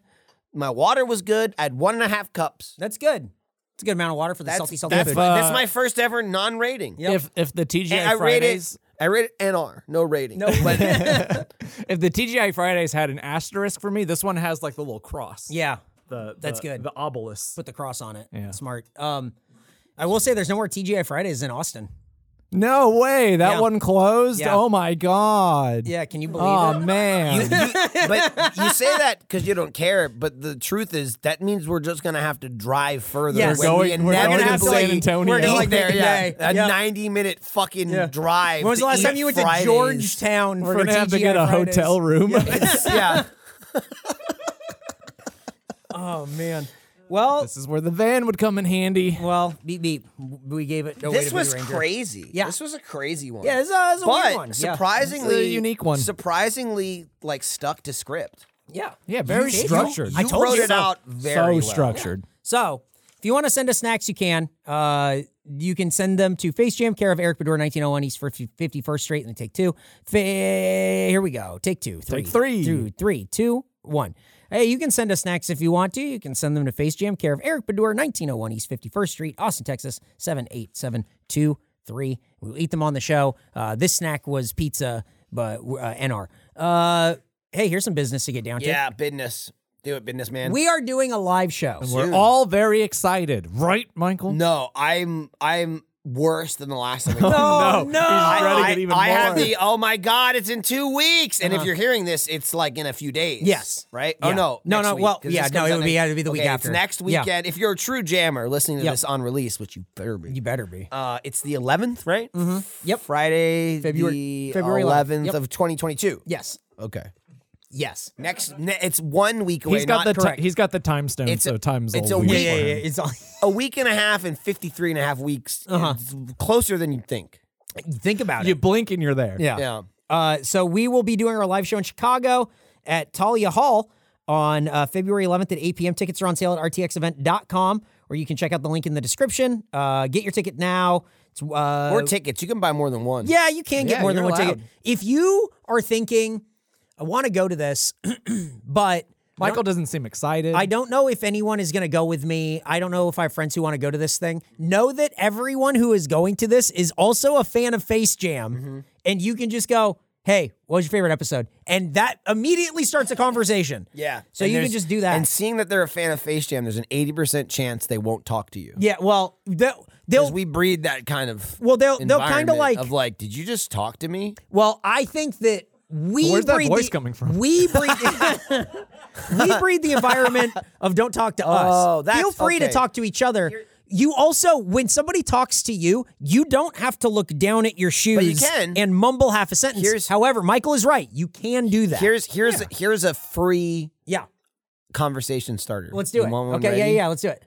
My water was good. I had one and a half cups. That's good. It's a good amount of water for the That's, salty, salty that's, food. my, uh, that's my first ever non-rating. Yep. If if the TGI And I rated. Fridays I rated NR, no rating. No, but if the TGI Fridays had an asterisk for me, this one has like the little cross. yeah, the, that's the- good. The obelisk. put the cross on it. Yeah. Smart. Um, I will say there's no more TGI Fridays in Austin. No way, that Yeah. one closed. Yeah. Oh my god. Yeah, can you believe Oh it? man. but you say that because you don't care. But the truth is, that means we're just gonna have to drive further. Yes. We're when going- we we're going inevitably to San Antonio. We're going Like there, every yeah. day. A Yeah. ninety-minute fucking drive. When was the to last time eat you went Fridays. to Georgetown We're for gonna have to get a TGI Fridays? hotel room. yeah. Oh man. Well, this is where the van would come in handy. well, beep beep. We gave it. No way This to was Blue Ranger. crazy. Yeah. This was a crazy one. Yeah, it's a, it's a but weird one. Yeah. surprisingly It's a unique one. Surprisingly, like stuck to script. Yeah. Yeah, very did. structured. I You told wrote you it so. out so very well. structured. So, if you want to send us snacks, you can. Uh, you can send them to Face Jam, care of Eric Bedore, 1901 East 51st Street, and take two. Fa- here we go. Take two, three, Take three. two, three, two, one. Hey, you can send us snacks if you want to. You can send them to Face Jam, care of Eric Bedore, 1901 East 51st Street, Austin, Texas, 78723. We'll eat them on the show. Uh, this snack was pizza, but uh, NR. Uh, hey, here's some business to get down to. Yeah, business. Do it, business man. We are doing a live show. We're all very excited, right, Michael? no, I'm I'm worse than the last time. We Oh, no. no. He's dreading I, it even I more. have the oh my god, it's in two weeks. And if you're hearing this, it's like in a few days. Yes. Right? Oh Yeah. no. No, next no, week, well, 'cause yeah, this no, comes it out would be- next- it would be the week okay, after. It's next Yeah. weekend. If you're a true jammer listening to Yep. this on release, which you better be. You better be. uh, it's the 11th, right? Mm-hmm. Yep. Friday, February- the February 11th 11th. Yep. of 2022. Yes. Okay. Yes. Next, ne- it's one week away. He's got the not ti- he's got the time stone, It's a- so time's it's all a weird week. for Yeah, him. It's all, a week and a half and 53 and a half weeks. Uh-huh. It's closer than you'd think. think about You it. blink and you're there. Yeah. Yeah. Uh, so we will be doing our live show in Chicago at Talia Hall on uh, February 11th at 8 p.m. Tickets are on sale at rtxevent.com, or you can check out the link in the description. Uh, get your ticket now. It's, uh, More tickets. You can buy more than one. yeah, you can get Yeah, more than you're one ticket. allowed. If you are thinking, I want to go to this, but Michael doesn't seem excited. I don't know if anyone is going to go with me. I don't know if I have friends who want to go to this thing. Know that everyone who is going to this is also a fan of Face Jam. Mm-hmm. And you can just go, hey, what was your favorite episode? And that immediately starts a conversation. Yeah. So And you can there's- just do that. And seeing that they're a fan of Face Jam, there's an 80% chance they won't talk to you. yeah, well, they'll, Because they'll we breed that kind of well, they'll, they'll kind of environment like, of like, did you just talk to me? well, I think that we Where's that breed voice the- coming from? We breed, we breed the environment of don't talk to us. Oh, that's- Feel free to okay. talk to each other. you also, when somebody talks to you, you don't have to look down at your shoes can. and mumble half a sentence. Here's- However, Michael is right. You can do that. Here's here's here's a free yeah. conversation starter. Let's do You it. want one Okay, yeah, ready? yeah, let's do it.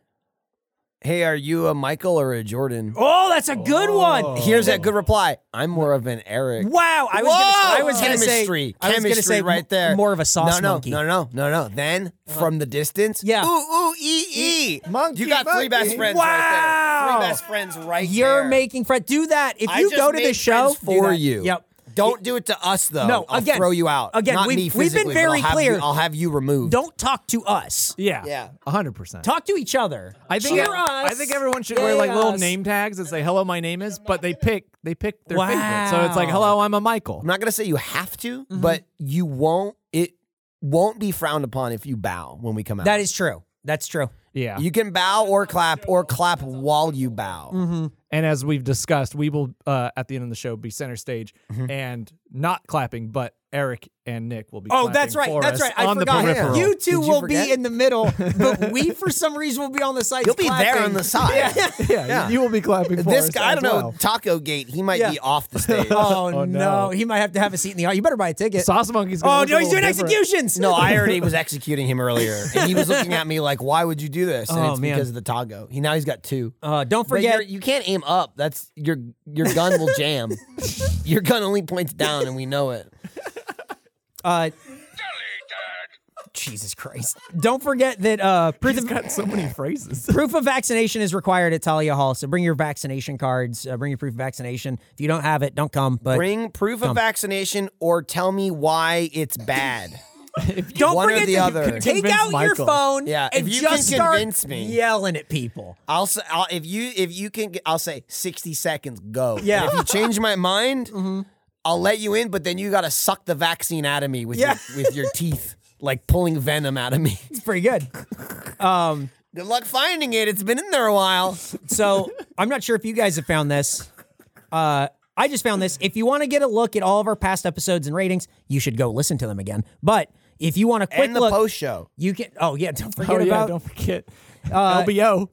Hey, are you a Michael or a Jordan? Oh, that's a good one. Here's a good reply. I'm more of an Eric. Wow, I was gonna, I was gonna say chemistry, I was chemistry gonna say m- right there. more of a sauce no, no, monkey. Uh-huh. No, no, no, no, no. Then from the distance, Yeah. Ooh, ooh, ee, ee. Monkey, You got three best monkey. friends right there. Wow. Three best friends right You're there. making friends. Do that if I you just go to made the show friends do for that. you. Yep. Don't do it to us though. No, I'll again- throw you out. again, Not we've- me we've been physically, but I'll very have clear. You, I'll have you removed. Don't talk to us. Yeah. Yeah. 100%. Talk to each other. I think Cheer I us. think everyone should wear like Yay little us. name tags and say hello my name is, but they pick they pick their Wow. favorite. So it's like hello I'm a Michael. I'm not gonna say you have to, Mm-hmm. but you won't. It won't be frowned upon if you bow when we come out. That is true. That's true. Yeah. You can bow or clap or clap while you bow. Mm-hmm. and as we've discussed, we will uh, at the end of the show be center stage and not clapping, but Eric and Nick will be Oh, clapping that's right. for That's us right. I on forgot. the peripheral. You Did two you will forget? be in the middle, but we, for some reason, will be on the side. You'll be there on the side. yeah, Yeah. you will be clapping for This us guy, I as don't know, well. Taco Gate, he might Yeah. be off the stage. Oh, Oh, no. no. he might have to have a seat in the audience. You better buy a ticket. Sauce Monkey's gonna oh look a no, he's little doing different. executions. No, I already was executing him earlier, and he was looking at me like, "Why would you do this?" And Oh, it's man. because of the Taco. He now he's got two. Uh, don't But forget. you're- you can't aim up. That's your your gun will jam. your gun only points down, and we know it. Uh, Jesus Christ! Don't forget that uh, proof, He's of, got so many phrases. proof of vaccination is required at Talia Hall. So bring your vaccination cards. Uh, bring your proof of vaccination. If you don't have it, don't come. But Bring proof of vaccination, or tell me why it's bad. Don't One or forget the to other. Take Convince out your Michael. phone Yeah, if and you just can start convince me. yelling at people. I'll say I'll, if you if you can get- I'll say 60 seconds go. Yeah. Mm-hmm. And if you change my mind, I'll let you in, but then you got to suck the vaccine out of me with Yeah. your, with your teeth, like pulling venom out of me. It's pretty good. Um, Good luck finding it. It's been in there a while. so I'm not sure if you guys have found this. Uh, I just found this. If you want to get a look at all of our past episodes and ratings, you should go listen to them again. But if you want a quick and the look, post show. you can. Oh yeah, don't forget Oh, yeah, about. don't forget. LBO.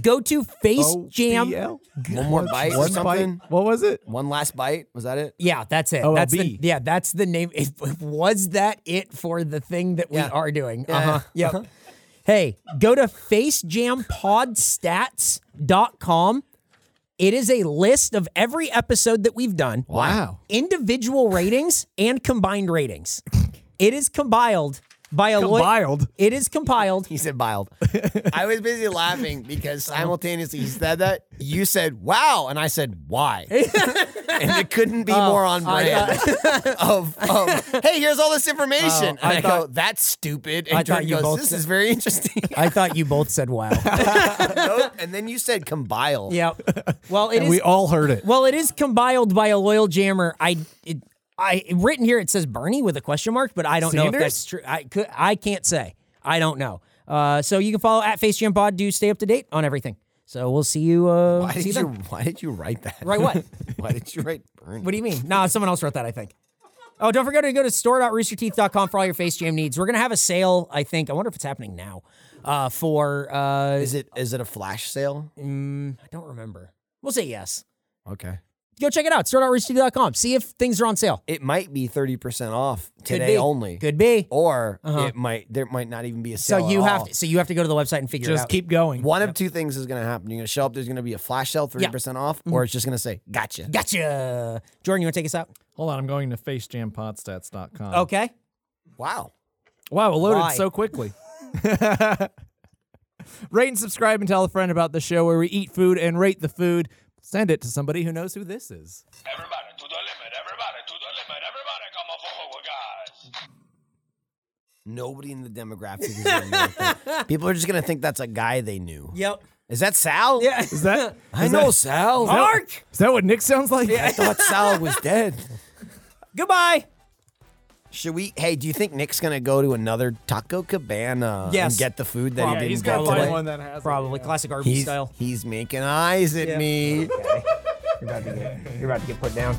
Go to Face Jam. OBL? One more bite or One something. bite. What was it? One last bite. Was that it? Yeah, that's it. OLB. That's the, yeah, that's the name. It, was that it for the thing that we Yeah. are doing? Yeah. Uh-huh. Yep. Hey, go to facejampodstats.com. It is a list of every episode that we've done. Wow. Individual ratings and combined ratings. It is compiled by a lawyer. Wild. It is compiled. He said biled. I was busy laughing because Uh-huh. simultaneously he said that. You said wow, and I said why. and it couldn't be Oh, more on brand. of, of hey, here's all this information. and I, go, that's stupid. And Oh, I thought Jordan you goes, both this said- is very interesting. I thought you both said wow. Nope. and then you said combile. yep. Well, it is. And we all heard it. Well, it is compiled by a loyal jammer. I it, I written here it says Bernie with a question mark, but I don't know if Sanders? that's true. I could I can't say. I don't know. Uh, so you can follow at Face Jam Pod to stay up to date on everything. So we'll see you. Uh, Why see did you then. why did you write that? Right, what? why did you write burn? What do you mean? Nah, someone else wrote that. I think. Oh, don't forget to go to store.roosterteeth.com for all your Face Jam needs. We're gonna have a sale. I think. I wonder if it's happening now. Uh, for uh, mm, Is it is it a flash sale? I don't remember. We'll say yes. Okay. Go check it out. Store.roosterteeth.com. See if things are on sale. It might be 30% off Could today be. only. Could be. Or it might there might not even be a sale. So at you have all. to, so you have to go to the website and figure it Just out. keep going. One of two things is going to happen. You're going to show up, there's going to be a flash sale, 30% off, Mm-hmm. or it's just going to say, gotcha. gotcha. Jordan, you want to take us out? Hold on, I'm going to facejampodstats.com. Okay. Wow. Wow, it loaded Why? so quickly. rate and subscribe and tell a friend about the show where we eat food and rate the food. Send it to somebody who knows who this is. Everybody to the limit, everybody to the limit, everybody come forward, guys. Nobody in the demographic is going to know. what that- People are just going to think that's a guy they knew. Yep. Is that Sal? Yeah. Is that I know Sal. Mark. is that what Nick sounds like? I thought Sal was dead. Goodbye. Should we? Hey, do you think Nick's going to go to another Taco Cabana Yes. and get the food that Probably. he He's didn't gotta get find today? one that has Probably classic RB He's, style. he's making eyes at me. You're about to get put down.